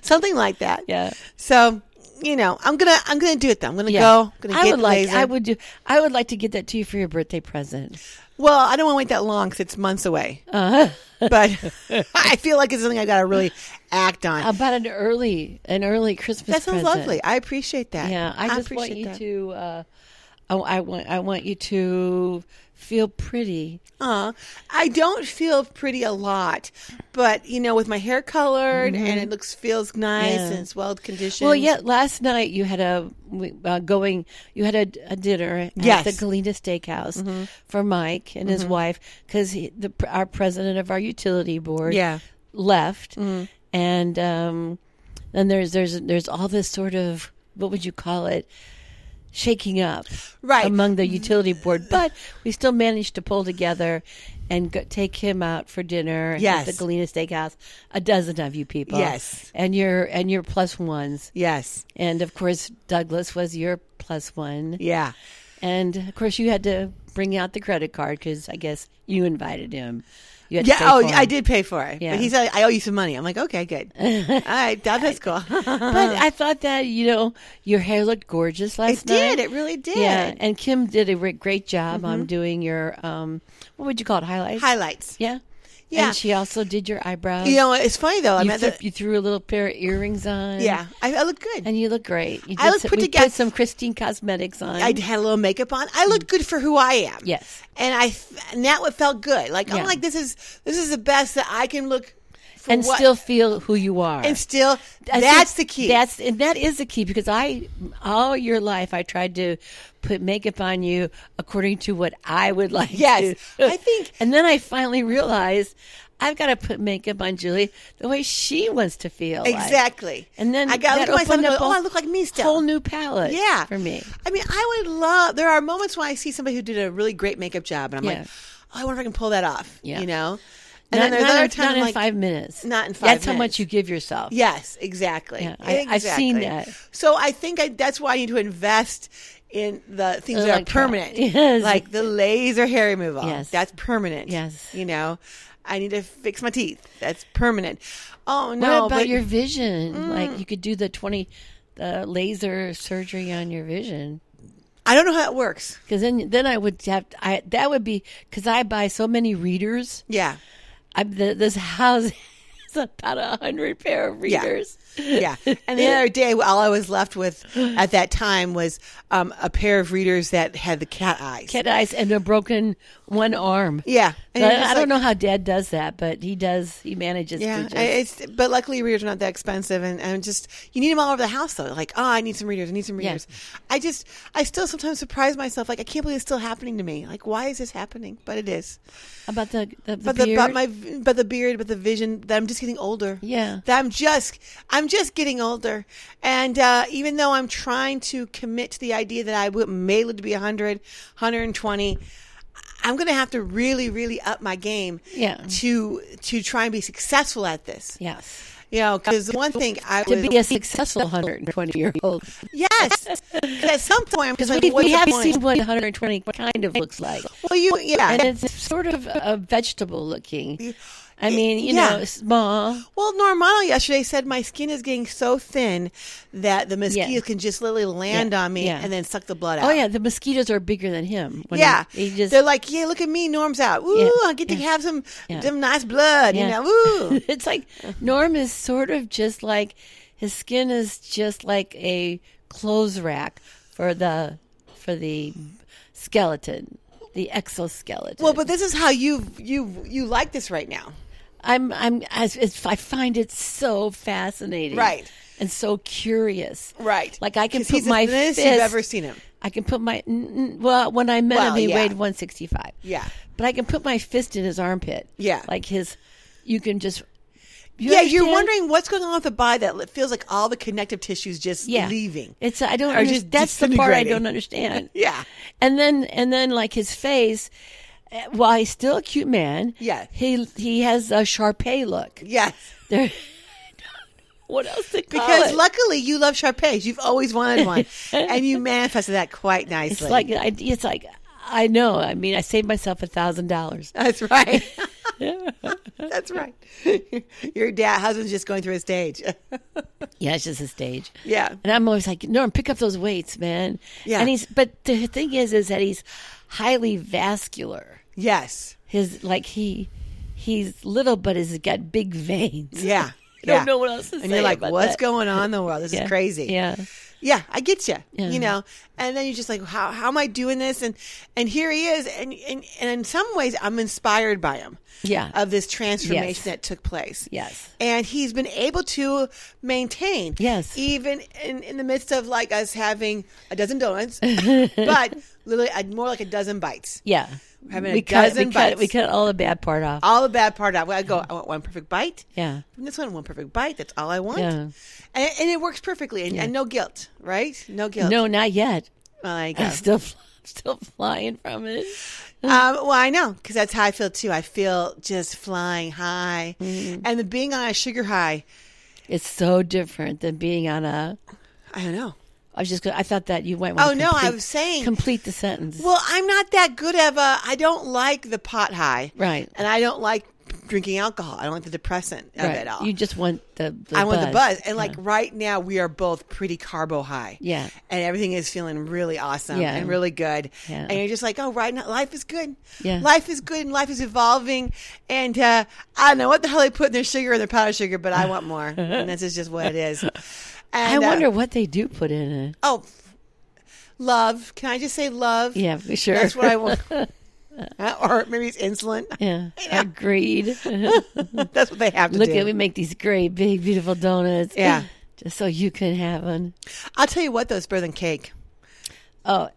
Speaker 1: Something like that.
Speaker 2: (laughs) Yeah.
Speaker 1: So, you know, I'm gonna I'm gonna do it though. I'm gonna
Speaker 2: Yeah.
Speaker 1: go. I'm gonna
Speaker 2: I
Speaker 1: get
Speaker 2: would like
Speaker 1: laser.
Speaker 2: I would do I would like to get that to you for your birthday present.
Speaker 1: Well, I don't want to wait that long because it's months away.
Speaker 2: Uh-huh.
Speaker 1: but
Speaker 2: (laughs)
Speaker 1: (laughs) I feel like it's something I gotta really act on.
Speaker 2: How About an early an early Christmas
Speaker 1: that sounds
Speaker 2: present?
Speaker 1: lovely. I appreciate that.
Speaker 2: Yeah, I just want
Speaker 1: appreciate
Speaker 2: you
Speaker 1: that.
Speaker 2: to. Uh, oh, I want. I want you to feel pretty.
Speaker 1: Aw. Uh-huh. I don't feel pretty a lot, but you know, with my hair colored and it looks feels nice
Speaker 2: Mm-hmm. Yeah.
Speaker 1: and it's well conditioned.
Speaker 2: Well, yeah. Last night you had a we- uh, going. You had a, a dinner at
Speaker 1: Yes. Mm-hmm.
Speaker 2: the Galena Steakhouse for Mike and his wife because the our president of our utility board
Speaker 1: Yeah. Mm-hmm.
Speaker 2: left, and um, then there's there's there's all this sort of what would you call it shaking up
Speaker 1: Right.
Speaker 2: among the utility board, but we still managed to pull together and go, take him out for dinner at
Speaker 1: Yes.
Speaker 2: the Galena Steakhouse. A dozen of you people,
Speaker 1: Yes.
Speaker 2: and your and your plus ones,
Speaker 1: Yes.
Speaker 2: and of course Douglas was your plus one,
Speaker 1: Yeah.
Speaker 2: and of course you had to bring out the credit card because I guess you invited him. You had to
Speaker 1: Yeah.
Speaker 2: pay
Speaker 1: Oh,
Speaker 2: for
Speaker 1: I
Speaker 2: him.
Speaker 1: did pay for it.
Speaker 2: Yeah.
Speaker 1: But he said, I owe you some money. I'm like, okay,
Speaker 2: (laughs)
Speaker 1: good. All right. That, that's cool.
Speaker 2: But I thought that you know your hair looked gorgeous last
Speaker 1: Uh-huh. it
Speaker 2: night.
Speaker 1: did. It really did. Mm-hmm.
Speaker 2: Yeah, and Kim did a re- great job on doing your um, what would you call it highlights?
Speaker 1: Highlights.
Speaker 2: yeah,
Speaker 1: Yeah.
Speaker 2: And she also did your eyebrows.
Speaker 1: You know, it's funny though. I
Speaker 2: you,
Speaker 1: met
Speaker 2: threw,
Speaker 1: the,
Speaker 2: you threw a little pair of earrings on.
Speaker 1: yeah, I, I looked good.
Speaker 2: and you look great. You
Speaker 1: I looked
Speaker 2: some-
Speaker 1: put
Speaker 2: we
Speaker 1: together-
Speaker 2: Put some Christine Cosmetics on.
Speaker 1: I had a little makeup on. I looked good for who I am.
Speaker 2: Mm. Yes.
Speaker 1: and I th- and that what felt good. Like
Speaker 2: Yeah.
Speaker 1: I'm like this is this is the best that I can look for
Speaker 2: and
Speaker 1: what-
Speaker 2: still feel who you are.
Speaker 1: and still
Speaker 2: I think
Speaker 1: that's the key.
Speaker 2: That's and that is the key because I all your life I tried to put makeup on you according to what I would (laughs) like.
Speaker 1: Yes.
Speaker 2: to.
Speaker 1: I think-
Speaker 2: and then I finally realized I've got to put makeup on Julie the way she wants to feel. like.
Speaker 1: exactly.
Speaker 2: And then
Speaker 1: I got to
Speaker 2: that
Speaker 1: look at myself and
Speaker 2: opened
Speaker 1: go,
Speaker 2: up a
Speaker 1: oh, I look like me still.
Speaker 2: whole new palette.
Speaker 1: yeah,
Speaker 2: for me.
Speaker 1: I mean, I would love. There are moments when I see somebody who did a really great makeup job, and I'm
Speaker 2: Yeah.
Speaker 1: like, oh, I wonder if I can pull that off.
Speaker 2: Yeah.
Speaker 1: you know. And
Speaker 2: And not,
Speaker 1: then there's
Speaker 2: not
Speaker 1: other
Speaker 2: in-
Speaker 1: times
Speaker 2: not
Speaker 1: I'm
Speaker 2: in
Speaker 1: like,
Speaker 2: five minutes.
Speaker 1: not in five
Speaker 2: That's how much
Speaker 1: minutes.
Speaker 2: you give yourself.
Speaker 1: Yes, exactly.
Speaker 2: Yeah, I- I've seen that.
Speaker 1: So I think I, that's why I need to invest in the things that
Speaker 2: Like
Speaker 1: are
Speaker 2: that.
Speaker 1: permanent,
Speaker 2: Yes.
Speaker 1: like the laser hair removal.
Speaker 2: Yes.
Speaker 1: that's permanent.
Speaker 2: Yes.
Speaker 1: you know, I need to fix my teeth. That's permanent. Oh
Speaker 2: What
Speaker 1: no,
Speaker 2: about
Speaker 1: but Mm.
Speaker 2: your vision? Like you could do the twenty, the laser surgery on your vision.
Speaker 1: I don't know how that works.
Speaker 2: Because then, then I would have I that would be because I buy so many readers.
Speaker 1: Yeah,
Speaker 2: I th this house (laughs) is about a hundred pair of
Speaker 1: Yeah.
Speaker 2: readers. (laughs)
Speaker 1: yeah. And the other day, all I was left with at that time was um, a pair of readers that had the cat eyes.
Speaker 2: Cat eyes and a broken one arm.
Speaker 1: yeah,
Speaker 2: So
Speaker 1: you're
Speaker 2: I,
Speaker 1: just
Speaker 2: I don't
Speaker 1: like-
Speaker 2: know how Dad does that, but he does. He manages. to
Speaker 1: Yeah,
Speaker 2: just,
Speaker 1: I- it's but luckily readers are not that expensive, and and just you need them all over the house though. Like, oh, I need some readers. I need some
Speaker 2: Yeah.
Speaker 1: readers. I just I still sometimes surprise myself. Like, I can't believe it's still happening to me. Like, why is this happening? But it is.
Speaker 2: about the the, the
Speaker 1: But the, but
Speaker 2: beard?
Speaker 1: my but the beard, but the vision that I'm just getting older.
Speaker 2: Yeah.
Speaker 1: that I'm just I'm just getting older, and uh, even though I'm trying to commit to the idea that I would, may live to be 100, 120, I'm going to have to really, really up my game.
Speaker 2: Yeah.
Speaker 1: to to try and be successful at this. (laughs)
Speaker 2: yes
Speaker 1: You know, because one thing I
Speaker 2: to
Speaker 1: was,
Speaker 2: be a successful hundred and twenty year old
Speaker 1: yes, 'Cause at some point
Speaker 2: (laughs)
Speaker 1: I'm just
Speaker 2: because
Speaker 1: like,
Speaker 2: we,
Speaker 1: what's
Speaker 2: we
Speaker 1: the
Speaker 2: have
Speaker 1: point?
Speaker 2: seen what one hundred and twenty kind of looks like.
Speaker 1: Well, you, yeah.
Speaker 2: and it's sort of a vegetable looking. I
Speaker 1: Y-
Speaker 2: mean, you
Speaker 1: yeah.
Speaker 2: know, small.
Speaker 1: well, Normano yesterday said my skin is getting so thin that the mosquitoes
Speaker 2: Yeah.
Speaker 1: can just literally land
Speaker 2: Yeah,
Speaker 1: on me
Speaker 2: yeah.
Speaker 1: and then suck the blood out.
Speaker 2: Oh yeah, the mosquitoes are bigger than him. When
Speaker 1: Yeah,
Speaker 2: he, he just
Speaker 1: they're like, yeah, look at me, Norm's out. Ooh,
Speaker 2: Yeah,
Speaker 1: I get to
Speaker 2: yeah,
Speaker 1: have some,
Speaker 2: yeah.
Speaker 1: some nice blood,
Speaker 2: Yeah.
Speaker 1: you know. Ooh,
Speaker 2: (laughs) it's like Norm is sort of just like his skin is just like a clothes rack for the for the skeleton, the exoskeleton.
Speaker 1: well, but this is how you you you like this right now.
Speaker 2: I'm I'm as it's, I find it so fascinating,
Speaker 1: Right.
Speaker 2: And so curious,
Speaker 1: Right.
Speaker 2: Like I can
Speaker 1: 'Cause
Speaker 2: put
Speaker 1: he's the
Speaker 2: my
Speaker 1: thinnest
Speaker 2: fist.
Speaker 1: you've ever seen him.
Speaker 2: I can put my n- n- well when I met
Speaker 1: Well,
Speaker 2: him, he
Speaker 1: yeah.
Speaker 2: weighed one sixty five.
Speaker 1: Yeah.
Speaker 2: but I can put my fist in his armpit.
Speaker 1: Yeah.
Speaker 2: like his. You can just. you
Speaker 1: yeah, you're
Speaker 2: understand?
Speaker 1: wondering what's going on with the body that li- feels like all the connective tissues just
Speaker 2: Yeah,
Speaker 1: leaving.
Speaker 2: It's I don't
Speaker 1: Or just
Speaker 2: understand. That's the part I
Speaker 1: disintegrating.
Speaker 2: don't understand.
Speaker 1: Yeah.
Speaker 2: and then and then like his face, uh, while he's still a cute man,
Speaker 1: Yeah.
Speaker 2: he he has a Sharpay look.
Speaker 1: Yes.
Speaker 2: There, (laughs) what else to call
Speaker 1: Because
Speaker 2: it?
Speaker 1: luckily you love Sharpays. You've always wanted
Speaker 2: (laughs)
Speaker 1: one. and you manifested that quite nicely.
Speaker 2: It's like I, it's like I know. I mean, I saved myself a thousand
Speaker 1: (laughs)
Speaker 2: dollars.
Speaker 1: That's right.
Speaker 2: (laughs)
Speaker 1: That's right. (laughs) Your dad husband's just going through a stage. (laughs)
Speaker 2: Yeah, it's just a stage.
Speaker 1: yeah.
Speaker 2: And I'm always like, Norm, pick up those weights, man.
Speaker 1: Yeah.
Speaker 2: And he's, but the thing is, is that he's highly vascular.
Speaker 1: Yes.
Speaker 2: His like he, he's little, but he's got big veins.
Speaker 1: Yeah.
Speaker 2: (laughs) I don't
Speaker 1: Yeah.
Speaker 2: know what else to say.
Speaker 1: And you're like,
Speaker 2: about
Speaker 1: what's
Speaker 2: that.
Speaker 1: going on in the world? This
Speaker 2: Yeah.
Speaker 1: is crazy.
Speaker 2: Yeah.
Speaker 1: Yeah, I get you.
Speaker 2: Yeah.
Speaker 1: You know, and then you're just like, how how am I doing this? And and here he is, and and, and in some ways, I'm inspired by him.
Speaker 2: Yeah.
Speaker 1: of this transformation
Speaker 2: Yes.
Speaker 1: that took place.
Speaker 2: Yes.
Speaker 1: and he's been able to maintain.
Speaker 2: Yes.
Speaker 1: even in in the midst of like us having a dozen
Speaker 2: (laughs)
Speaker 1: donuts, but literally a, more like a dozen bites.
Speaker 2: Yeah.
Speaker 1: Having a
Speaker 2: we cut,
Speaker 1: dozen
Speaker 2: we cut,
Speaker 1: bites.
Speaker 2: we cut all the bad part off.
Speaker 1: All the bad part out. I go, I want one perfect bite.
Speaker 2: yeah.
Speaker 1: And this one, one perfect bite. That's all I want.
Speaker 2: Yeah.
Speaker 1: And, and it works perfectly. And, and no guilt, Oh right? No guilt.
Speaker 2: No, not yet.
Speaker 1: Well, I
Speaker 2: I'm (laughs)
Speaker 1: guess.
Speaker 2: still, still flying from it.
Speaker 1: Um, well, I know because that's how I feel too. I feel just flying high,
Speaker 2: Mm-hmm.
Speaker 1: and the being on a sugar high.
Speaker 2: It's so different than being on a.
Speaker 1: I don't know.
Speaker 2: I was just. Gonna, I thought that you might. want
Speaker 1: Oh
Speaker 2: to
Speaker 1: no, I
Speaker 2: complete-
Speaker 1: was saying.
Speaker 2: complete the sentence.
Speaker 1: well, I'm not that good of a. I don't like the pot high,
Speaker 2: right.
Speaker 1: and I don't like drinking alcohol. I don't like the depressant of
Speaker 2: right.
Speaker 1: it all.
Speaker 2: You just want the. the
Speaker 1: I want the buzz, and like right now, we are both pretty carbo high.
Speaker 2: Yeah.
Speaker 1: and everything is feeling really awesome
Speaker 2: Yeah.
Speaker 1: and really good.
Speaker 2: Yeah.
Speaker 1: And you're just like, oh, right now, life is good.
Speaker 2: Yeah.
Speaker 1: Life is good and life is evolving. And uh, I don't know what the hell they put in their sugar and their powdered sugar, but I want
Speaker 2: (laughs)
Speaker 1: more. and this is just what it is. And,
Speaker 2: I
Speaker 1: uh,
Speaker 2: wonder what they do put in it.
Speaker 1: oh, love. Can I just say love?
Speaker 2: Yeah, for sure.
Speaker 1: That's what I want. (laughs) or maybe it's insulin.
Speaker 2: (laughs) Yeah,
Speaker 1: (laughs)
Speaker 2: agreed.
Speaker 1: That's what they have to
Speaker 2: Look
Speaker 1: do.
Speaker 2: at we make these great big beautiful donuts.
Speaker 1: Yeah.
Speaker 2: (laughs) just so you can have one.
Speaker 1: I'll tell you what, though, it's better than cake.
Speaker 2: Oh,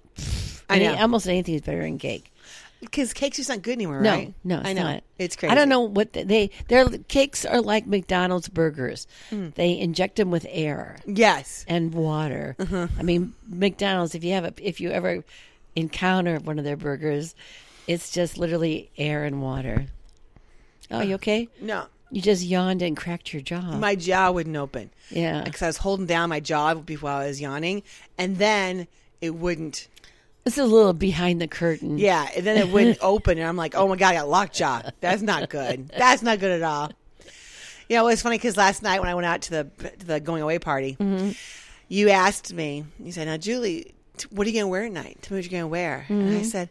Speaker 1: I
Speaker 2: any-
Speaker 1: know.
Speaker 2: almost anything is better than cake.
Speaker 1: Because cake's just not good anymore,
Speaker 2: No,
Speaker 1: right?
Speaker 2: no, it's
Speaker 1: I know.
Speaker 2: not.
Speaker 1: It's crazy.
Speaker 2: I don't know what they, they their cakes are like McDonald's burgers.
Speaker 1: Hmm.
Speaker 2: They inject them with air
Speaker 1: Yes.
Speaker 2: and water.
Speaker 1: Uh-huh.
Speaker 2: I mean, McDonald's. If you have a, if you ever encounter one of their burgers, it's just literally air and water. Oh, you okay?
Speaker 1: No.
Speaker 2: You just yawned and cracked your jaw.
Speaker 1: My jaw wouldn't open.
Speaker 2: yeah,
Speaker 1: because I was holding down my jaw before I was yawning, and then it wouldn't.
Speaker 2: it's a little behind the curtain.
Speaker 1: Yeah, and then it
Speaker 2: (laughs)
Speaker 1: wouldn't open, and I'm like, oh my god, I got lockjaw. That's not good. That's not good at all. You know, it was funny because last night when I went out to the to the going away party,
Speaker 2: Mm-hmm.
Speaker 1: you asked me. You said, "Now, Julie, t- what are you going to wear tonight? Tell me what you're going to wear." And I said.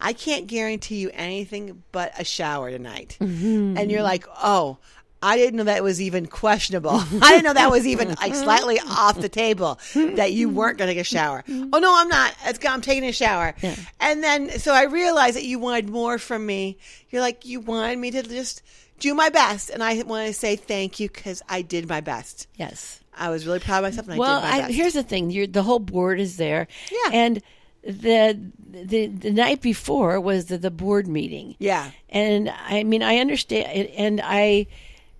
Speaker 1: I can't guarantee you anything but a shower tonight. And you're like, oh, I didn't know that was even questionable. (laughs) I didn't know that was even like slightly off the table that you weren't going to get a shower. Oh no, I'm not. It's, I'm taking a shower. And then so I realized that you wanted more from me. You're like you wanted me to just do my best, and I want to say thank you because I did my best.
Speaker 2: Yes.
Speaker 1: I was really proud of myself, and I
Speaker 2: well,
Speaker 1: did my
Speaker 2: I,
Speaker 1: best.
Speaker 2: here's the thing: You're, the whole board is there.
Speaker 1: Yeah.
Speaker 2: And the the the night before was the, the board meeting.
Speaker 1: yeah,
Speaker 2: And I mean, I understand, and- and I.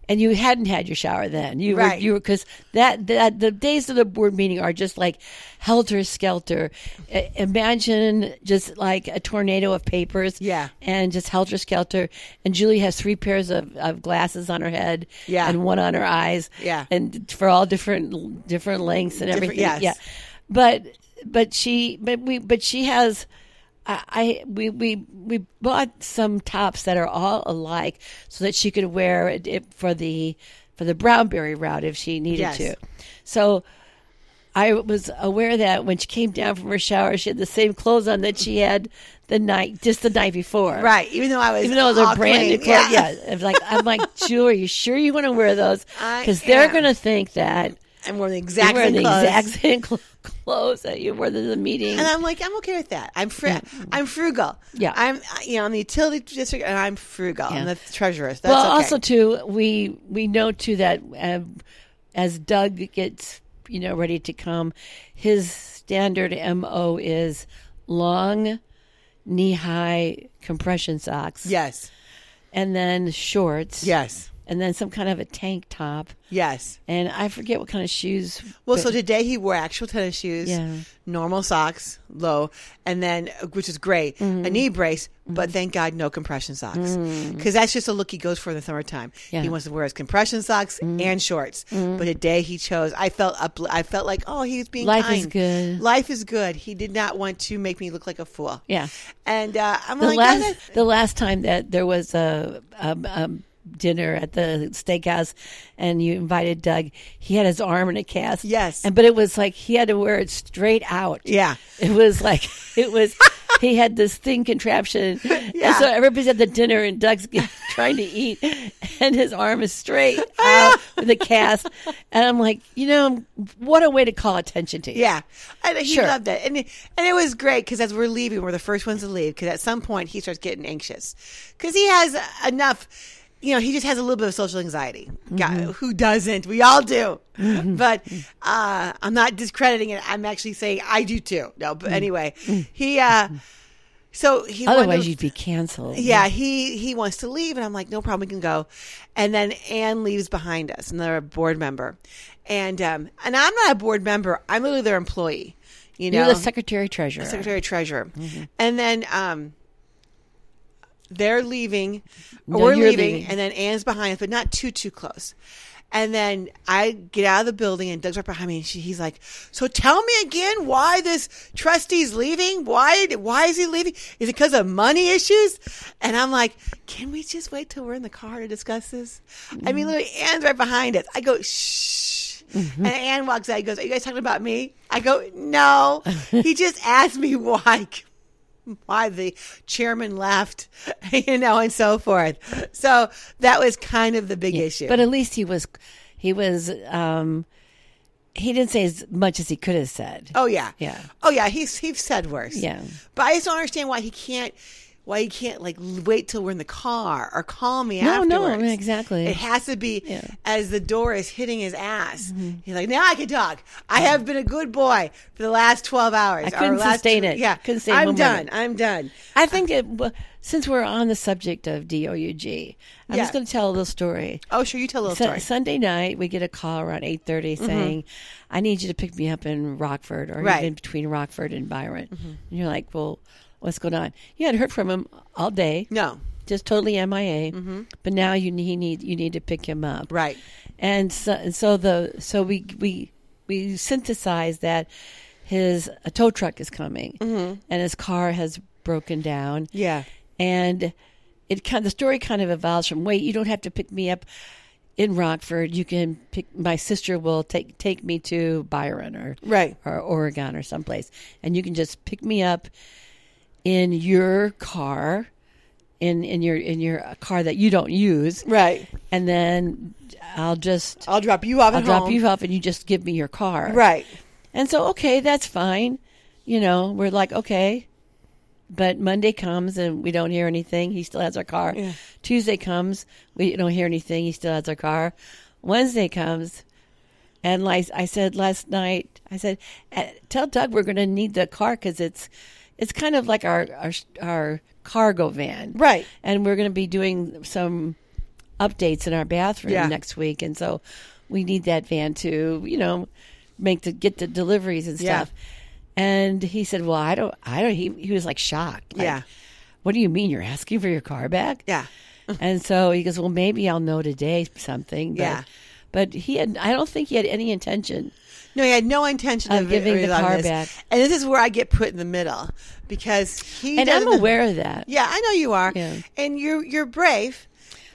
Speaker 2: And you hadn't had your shower then. You
Speaker 1: Right.
Speaker 2: were, you were, because that, that, the days of the board meeting are just like helter skelter. I- imagine just like a tornado of papers.
Speaker 1: Yeah.
Speaker 2: And just helter skelter. And Julie has three pairs of, of glasses on her head.
Speaker 1: Yeah.
Speaker 2: And one on her eyes.
Speaker 1: Yeah.
Speaker 2: And for all different, different lengths and everything.
Speaker 1: yes.
Speaker 2: Yeah. But, but she, but we, but she has, I, I we, we we bought some tops that are all alike so that she could wear it, it for the for the brownberry route if she needed
Speaker 1: Yes.
Speaker 2: to. So I was aware that when she came down from her shower, she had the same clothes on that she had the night just the night before.
Speaker 1: right. Even though I was,
Speaker 2: Even though it was
Speaker 1: all
Speaker 2: a brand new
Speaker 1: clean.
Speaker 2: clothes, yeah. I'm like,
Speaker 1: (laughs)
Speaker 2: I'm like, Jewel, are you sure you want to wear those?
Speaker 1: I
Speaker 2: Because they're
Speaker 1: am.
Speaker 2: going to think that
Speaker 1: I'm wearing the
Speaker 2: you
Speaker 1: exact
Speaker 2: wear
Speaker 1: same
Speaker 2: the
Speaker 1: clothes.
Speaker 2: exact (laughs) same cl- clothes that you wore to the meeting.
Speaker 1: And I'm like, I'm okay with that. I'm fr- I'm frugal.
Speaker 2: Yeah.
Speaker 1: I'm you know, I'm the utility district and I'm frugal. I'm
Speaker 2: Yeah.
Speaker 1: the treasurer. That's
Speaker 2: well,
Speaker 1: okay.
Speaker 2: also too, we we know too that um, as Doug gets you know ready to come, his standard mo is long, knee high compression socks,
Speaker 1: Yes.
Speaker 2: and then shorts,
Speaker 1: Yes.
Speaker 2: and then some kind of a tank top,
Speaker 1: Yes.
Speaker 2: and I forget what kind of shoes.
Speaker 1: Well,
Speaker 2: but-
Speaker 1: so today he wore actual tennis shoes,
Speaker 2: Yeah.
Speaker 1: normal socks, low, and then, which is great,
Speaker 2: Mm-hmm.
Speaker 1: a knee brace, but thank God no compression socks. Because that's just a look he goes for in the summertime.
Speaker 2: Mm. Yeah. Mm.
Speaker 1: He wants to wear his compression socks and shorts. But today he chose, I felt up, I felt like, oh, he was being
Speaker 2: Life
Speaker 1: kind.
Speaker 2: is good.
Speaker 1: Life is good. He did not want to make me look like a fool.
Speaker 2: Yeah.
Speaker 1: And uh, I'm
Speaker 2: the
Speaker 1: like,
Speaker 2: last
Speaker 1: "Yeah, that-
Speaker 2: the last time that there was a um, um, dinner at the steakhouse, and you invited Doug, he had his arm in a cast.
Speaker 1: Yes.
Speaker 2: and but it was like he had to wear it straight out.
Speaker 1: yeah.
Speaker 2: It was like
Speaker 1: (laughs)
Speaker 2: it was. He had this thing contraption, and
Speaker 1: Yeah.
Speaker 2: so everybody's at the dinner, and Doug's (laughs) get- trying to eat, and his arm is straight
Speaker 1: (laughs)
Speaker 2: out with a cast. And I'm like, you know, what a way to call attention to you.
Speaker 1: Yeah, and he
Speaker 2: Sure.
Speaker 1: loved it, and and it was great because as we're leaving, we're the first ones to leave. Because at some point, he starts getting anxious because he has enough. You know, he just has a little bit of social anxiety. Guy-
Speaker 2: Mm-hmm.
Speaker 1: Who doesn't? We all do. But uh, I'm not discrediting it. I'm actually saying I do too. No, but anyway, he. Uh, so he. wanted to-
Speaker 2: Mm-hmm. Otherwise, you'd be canceled.
Speaker 1: yeah, he he wants to leave, and I'm like, no problem, we can go. And then Anne leaves behind us, another board member, and um, and I'm not a board member. I'm literally their employee. You know,
Speaker 2: You're the secretary Mm-hmm. treasurer.
Speaker 1: secretary treasurer, and then um, they're leaving, or
Speaker 2: No,
Speaker 1: we're
Speaker 2: you're
Speaker 1: leaving,
Speaker 2: leaving.
Speaker 1: and then Anne's behind us, but not too too close. And then I get out of the building, and Doug's right behind me, and she, he's like, "So tell me again why this trustee's leaving? Why why is he leaving? Is it because of money issues?" And I'm like, "Can we just wait till we're in the car to discuss this?" I mean, literally, Anne's right behind us. I go, "Shh." And Anne walks out. He goes, "Are you guys talking about me?" I go, "No." he just asked me (laughs) why why the chairman left, (laughs) you know, and so forth. So that was kind of the big issue.
Speaker 2: But at least he was, he was, um, he didn't say as much as he could have said.
Speaker 1: oh yeah,
Speaker 2: Yeah.
Speaker 1: oh yeah. He's he's said worse.
Speaker 2: Yeah.
Speaker 1: but I just don't understand why he can't. Why he can't like l- wait till we're in the car or call me
Speaker 2: No, no,
Speaker 1: afterwards?
Speaker 2: exactly.
Speaker 1: It has to be
Speaker 2: Yeah. Mm-hmm.
Speaker 1: as the door is hitting his ass. He's like, now I can talk. I have been a good boy for the last twelve hours.
Speaker 2: I
Speaker 1: or
Speaker 2: couldn't
Speaker 1: last
Speaker 2: sustain
Speaker 1: two-
Speaker 2: it.
Speaker 1: Yeah,
Speaker 2: Couldn't sustain
Speaker 1: I'm
Speaker 2: one
Speaker 1: done.
Speaker 2: moment.
Speaker 1: I'm done.
Speaker 2: I think it, well, since we're on the subject of DOUG, I'm
Speaker 1: Yeah.
Speaker 2: just going to tell a little story.
Speaker 1: Oh, Mm-hmm. sure. You tell a little
Speaker 2: Su-
Speaker 1: story.
Speaker 2: Sunday night, we get a call around eight saying, "I need you to pick me up in Rockford, or
Speaker 1: Right. Mm-hmm.
Speaker 2: even between Rockford and Byron." And you're like, "Well, what's going on?" You hadn't heard from him all day,
Speaker 1: No, Mm-hmm.
Speaker 2: just totally MIA. But now you need, he need you need to pick him up,
Speaker 1: right.
Speaker 2: and so, and so the so we we we synthesize that his a tow truck is coming, and his car has broken down,
Speaker 1: Mm-hmm. Yeah.
Speaker 2: and it kind the story kind of evolves from wait you don't have to pick me up in Rockford you can pick my sister will take take me to Byron or
Speaker 1: Right.
Speaker 2: or Oregon or someplace and you can just pick me up in your car in in your in your car that you don't use
Speaker 1: Right.
Speaker 2: and then I'll just
Speaker 1: I'll drop you off
Speaker 2: I'll
Speaker 1: at
Speaker 2: drop
Speaker 1: home.
Speaker 2: you off and you just give me your car
Speaker 1: Right.
Speaker 2: and so, okay, that's fine. You know, we're like, okay. But Monday comes and we don't hear anything. He still has our car.
Speaker 1: Yeah.
Speaker 2: Tuesday comes, we don't hear anything. He still has our car. Wednesday comes, and like I said last night, I said, "Eh, tell Doug we're going to need the car because it's it's kind of like our our our cargo van,
Speaker 1: Right.
Speaker 2: And we're going to be doing some updates in our bathroom
Speaker 1: Yeah.
Speaker 2: next week, and so we need that van to you know make the get the deliveries and
Speaker 1: Yeah.
Speaker 2: stuff. And he said, "Well, I don't, I don't." He he was like shocked. Like,
Speaker 1: Yeah.
Speaker 2: What do you mean you're asking for your car back?
Speaker 1: Yeah.
Speaker 2: (laughs) and so he goes, "Well, maybe I'll know today something." But,
Speaker 1: Yeah.
Speaker 2: But he had, I don't think he had any intention.
Speaker 1: No, he had no intention
Speaker 2: Of
Speaker 1: of
Speaker 2: giving the
Speaker 1: of
Speaker 2: car
Speaker 1: this.
Speaker 2: back.
Speaker 1: And this is where I get put in the middle because he
Speaker 2: and I'm
Speaker 1: doesn't-
Speaker 2: aware of that.
Speaker 1: Yeah, I know you are.
Speaker 2: Yeah.
Speaker 1: And you're you're brave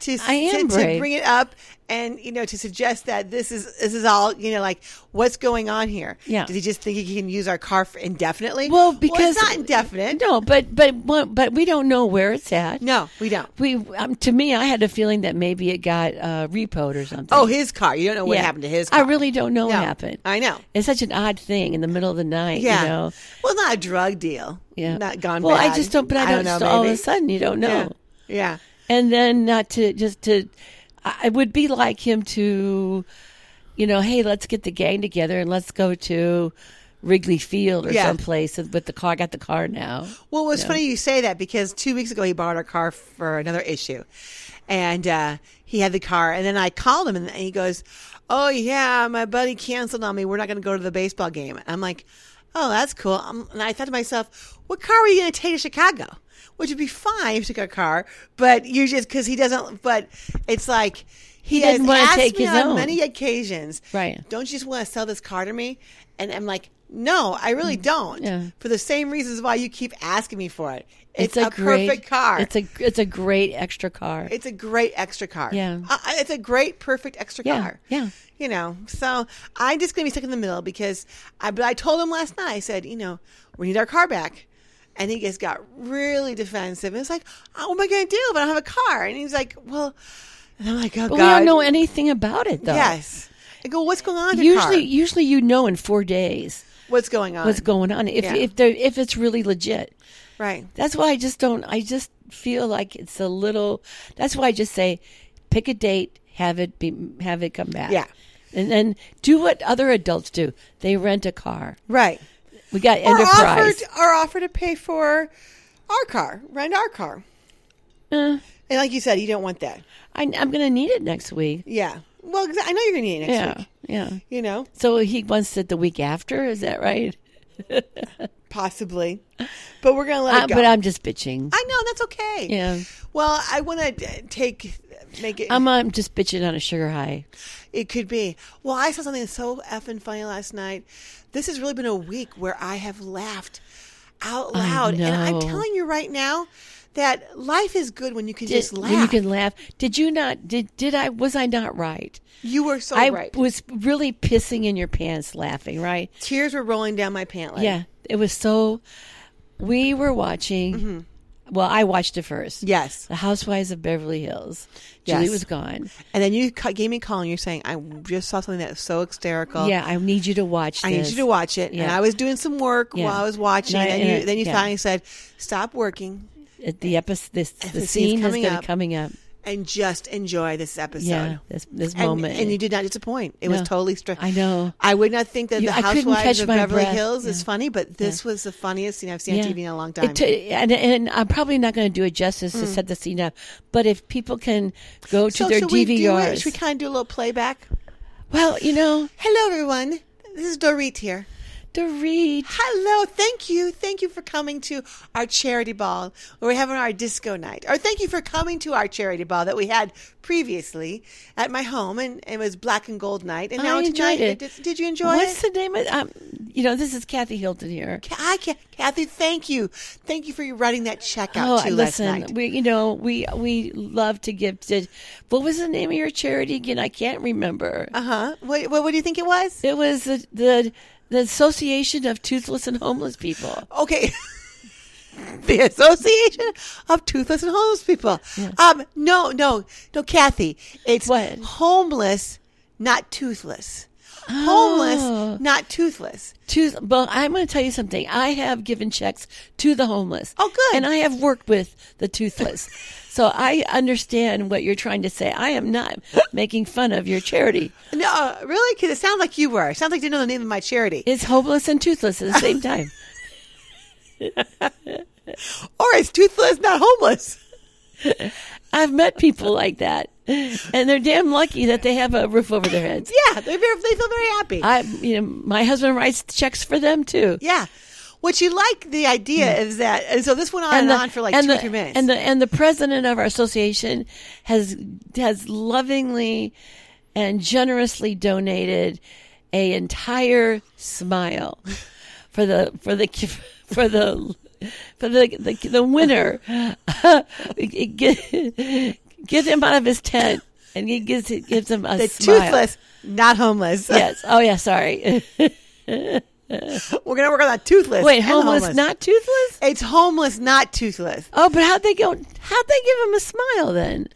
Speaker 1: to
Speaker 2: I am
Speaker 1: to, to
Speaker 2: brave.
Speaker 1: bring it up and you know to suggest that this is this is all you know like what's going on here.
Speaker 2: Yeah.
Speaker 1: Does he just think he can use our car for indefinitely?
Speaker 2: Well, because
Speaker 1: it's not indefinite.
Speaker 2: No, but but but but we don't know where it's at.
Speaker 1: No, we don't.
Speaker 2: We um, to me, I had a feeling that maybe it got uh, repoed or something.
Speaker 1: Oh, his car. You don't know what
Speaker 2: Yeah.
Speaker 1: happened to his.
Speaker 2: I
Speaker 1: car.
Speaker 2: really don't know
Speaker 1: No,
Speaker 2: what happened.
Speaker 1: I know.
Speaker 2: It's such an odd thing in the middle of the night.
Speaker 1: Yeah.
Speaker 2: You know?
Speaker 1: Well, not a drug deal.
Speaker 2: Yeah.
Speaker 1: Not gone
Speaker 2: Well,
Speaker 1: bad.
Speaker 2: I just don't. But I don't, know. all of a
Speaker 1: maybe.
Speaker 2: sudden, you don't know.
Speaker 1: Yeah. Yeah.
Speaker 2: And then not to just to, I it would be like him to, you know, hey, let's get the gang together and let's go to Wrigley Field or
Speaker 1: Yeah.
Speaker 2: someplace with the car. I got the car now.
Speaker 1: Well, it was funny you say that because two weeks ago he borrowed our car for another issue, and uh, he had the car. And then I called him, and he goes, "Oh yeah, my buddy canceled on me. We're not going to go to the baseball game." And I'm like, "Oh, that's cool." Um, and I thought to myself, "What car were you going to take to Chicago?" Which would be fine if you took a car, but you just because he doesn't. But it's like he, has
Speaker 2: didn't wanna
Speaker 1: asked
Speaker 2: take
Speaker 1: me
Speaker 2: his
Speaker 1: on
Speaker 2: own.
Speaker 1: many occasions,
Speaker 2: Right.
Speaker 1: Don't you just want to sell this car to me? And I'm like, no, I really don't
Speaker 2: Mm. Yeah.
Speaker 1: for the same reasons why you keep asking me for it. It's, a,
Speaker 2: great
Speaker 1: perfect car.
Speaker 2: It's a it's a great extra car.
Speaker 1: it's a great extra car.
Speaker 2: Yeah.
Speaker 1: Uh, it's a great perfect extra
Speaker 2: Yeah,
Speaker 1: car.
Speaker 2: yeah.
Speaker 1: you know. So I'm just gonna be stuck in the middle because I. But I told him last night. I said, you know, we need our car back. And he just got really defensive. And it's like, oh, what am I going to do if I don't have a car? And he's like, well, and I'm like, oh, God.
Speaker 2: but we don't know anything about it though.
Speaker 1: Yes. I go, what's going on? with your
Speaker 2: Usually,
Speaker 1: car?
Speaker 2: usually you know in four days
Speaker 1: what's going on?
Speaker 2: what's going on if
Speaker 1: Yeah.
Speaker 2: if there if it's really legit.
Speaker 1: right.
Speaker 2: That's why I just don't. I just feel like it's a little. That's why I just say, pick a date, have it be, have it come back.
Speaker 1: Yeah.
Speaker 2: and then do what other adults do. They rent a car.
Speaker 1: Right.
Speaker 2: We got
Speaker 1: Or
Speaker 2: enterprise.
Speaker 1: offered, or offer to pay for our car, rent our car.
Speaker 2: Eh,
Speaker 1: And like you said, you don't want that.
Speaker 2: I, I'm going to need it next week.
Speaker 1: Yeah. Well, 'cause I know you're going to need it next
Speaker 2: yeah,
Speaker 1: week.
Speaker 2: yeah.
Speaker 1: You know?
Speaker 2: So he wants it the week after. Is that right?
Speaker 1: possibly. But we're gonna let
Speaker 2: Uh,
Speaker 1: it go.
Speaker 2: but I'm just bitching.
Speaker 1: I know that's okay.
Speaker 2: Yeah.
Speaker 1: Well, I want to take make it.
Speaker 2: I'm, I'm just bitching on a sugar high.
Speaker 1: It could be. Well, I saw something so effing funny last night. This has really been a week where I have laughed out
Speaker 2: I
Speaker 1: loud, and I'm
Speaker 2: know.
Speaker 1: telling you right now that life is good when you can just
Speaker 2: Did-
Speaker 1: laugh.
Speaker 2: You can laugh. Did you not? Did did I? Was I not right?
Speaker 1: You were so
Speaker 2: I
Speaker 1: Oh, right.
Speaker 2: was really pissing in your pants laughing. Right?
Speaker 1: Tears were rolling down my pant leg.
Speaker 2: Yeah. It was so. We were watching.
Speaker 1: Mm-hmm.
Speaker 2: Well, I watched it first.
Speaker 1: Yes.
Speaker 2: The Housewives of Beverly Hills.
Speaker 1: Yes.
Speaker 2: Julie was gone.
Speaker 1: And then you cu- gave me a call and you're saying, I just saw something that's so hysterical.
Speaker 2: yeah, I need you to watch.
Speaker 1: Oh. I need
Speaker 2: this.
Speaker 1: you to watch it. And
Speaker 2: Yeah.
Speaker 1: I was doing some work
Speaker 2: Yeah.
Speaker 1: while I was watching.
Speaker 2: And I-
Speaker 1: And,
Speaker 2: and
Speaker 1: you,
Speaker 2: I-
Speaker 1: then you
Speaker 2: yeah.
Speaker 1: finally said, stop working
Speaker 2: At the episode. This
Speaker 1: the
Speaker 2: the
Speaker 1: scene's
Speaker 2: scene that's
Speaker 1: coming
Speaker 2: gonna
Speaker 1: up.
Speaker 2: coming up.
Speaker 1: and just enjoy this episode.
Speaker 2: Yeah. This this
Speaker 1: And,
Speaker 2: moment.
Speaker 1: and you did not disappoint. It was
Speaker 2: No.
Speaker 1: totally straight.
Speaker 2: I know.
Speaker 1: I would not think that
Speaker 2: You-
Speaker 1: the
Speaker 2: I couldn't
Speaker 1: Housewives
Speaker 2: catch
Speaker 1: of
Speaker 2: my
Speaker 1: Beverly
Speaker 2: breath.
Speaker 1: Hills is
Speaker 2: Yeah.
Speaker 1: funny, but this was the funniest scene I've seen
Speaker 2: Yeah.
Speaker 1: on TV in a long
Speaker 2: It
Speaker 1: time. Mm.
Speaker 2: ta- and, and I'm probably not going to do it justice to set the scene up, but if people can go to
Speaker 1: so
Speaker 2: their
Speaker 1: should we do it?
Speaker 2: DVRs,
Speaker 1: Should we kind of do a little playback?
Speaker 2: well, you know,
Speaker 1: Hello, everyone. This is Dorit here.
Speaker 2: Dorit,
Speaker 1: Hello, thank you. Thank you for coming to our charity ball where we're having our disco night. Or thank you for coming to our charity ball that we had previously at my home and, and it was black and gold night. And
Speaker 2: I
Speaker 1: now
Speaker 2: enjoyed
Speaker 1: tonight,
Speaker 2: it.
Speaker 1: Did, did you enjoy
Speaker 2: what's
Speaker 1: it?
Speaker 2: the name of? Um, you know, this is Kathy Hilton here.
Speaker 1: Ca- I can Kathy, thank you. Thank you for your writing that check out
Speaker 2: Oh,
Speaker 1: too last
Speaker 2: listen,
Speaker 1: night.
Speaker 2: we you know we we love to give. To, what was the name of your charity again? I can't remember.
Speaker 1: Uh huh. What, what, what do you think it was?
Speaker 2: It was the, the the Association of Toothless and Homeless People.
Speaker 1: Okay. (laughs) the Association of Toothless and Homeless People. Um, no, no, no, Kathy. It's
Speaker 2: What?
Speaker 1: homeless, not toothless.
Speaker 2: Oh.
Speaker 1: Homeless, not toothless.
Speaker 2: To well, I'm going to tell you something. I have given checks to the homeless.
Speaker 1: Oh, good.
Speaker 2: And I have worked with the toothless, so I understand what you're trying to say. I am not making fun of your charity.
Speaker 1: No, uh, really? Because it sounds like you were. It sounds like you know the name of my charity.
Speaker 2: It's homeless and toothless at
Speaker 1: (laughs)
Speaker 2: the same time.
Speaker 1: Or it's toothless, not homeless.
Speaker 2: I've met people like that, and they're damn lucky that they have a roof over their heads.
Speaker 1: Yeah, they feel, they feel very happy.
Speaker 2: I, you know, my husband writes checks for them too.
Speaker 1: Uh, yeah. What you like, the idea is that, and so this went on and, on for like two
Speaker 2: Hmm. and
Speaker 1: or
Speaker 2: the-
Speaker 1: three minutes.
Speaker 2: And the and the president of our association has has lovingly and generously donated a entire smile for the for the (laughs) for the for the the, the winner. (laughs) get, get him out of his tent, and he gives gives him a
Speaker 1: the
Speaker 2: smile.
Speaker 1: toothless, not homeless.
Speaker 2: Yes. Oh, yeah. Sorry.
Speaker 1: (laughs) We're going to work on that toothless.
Speaker 2: Wait.
Speaker 1: and
Speaker 2: Homeless, not toothless.
Speaker 1: It's homeless, not toothless.
Speaker 2: Oh, but how'd they go? How'd they give him a smile then?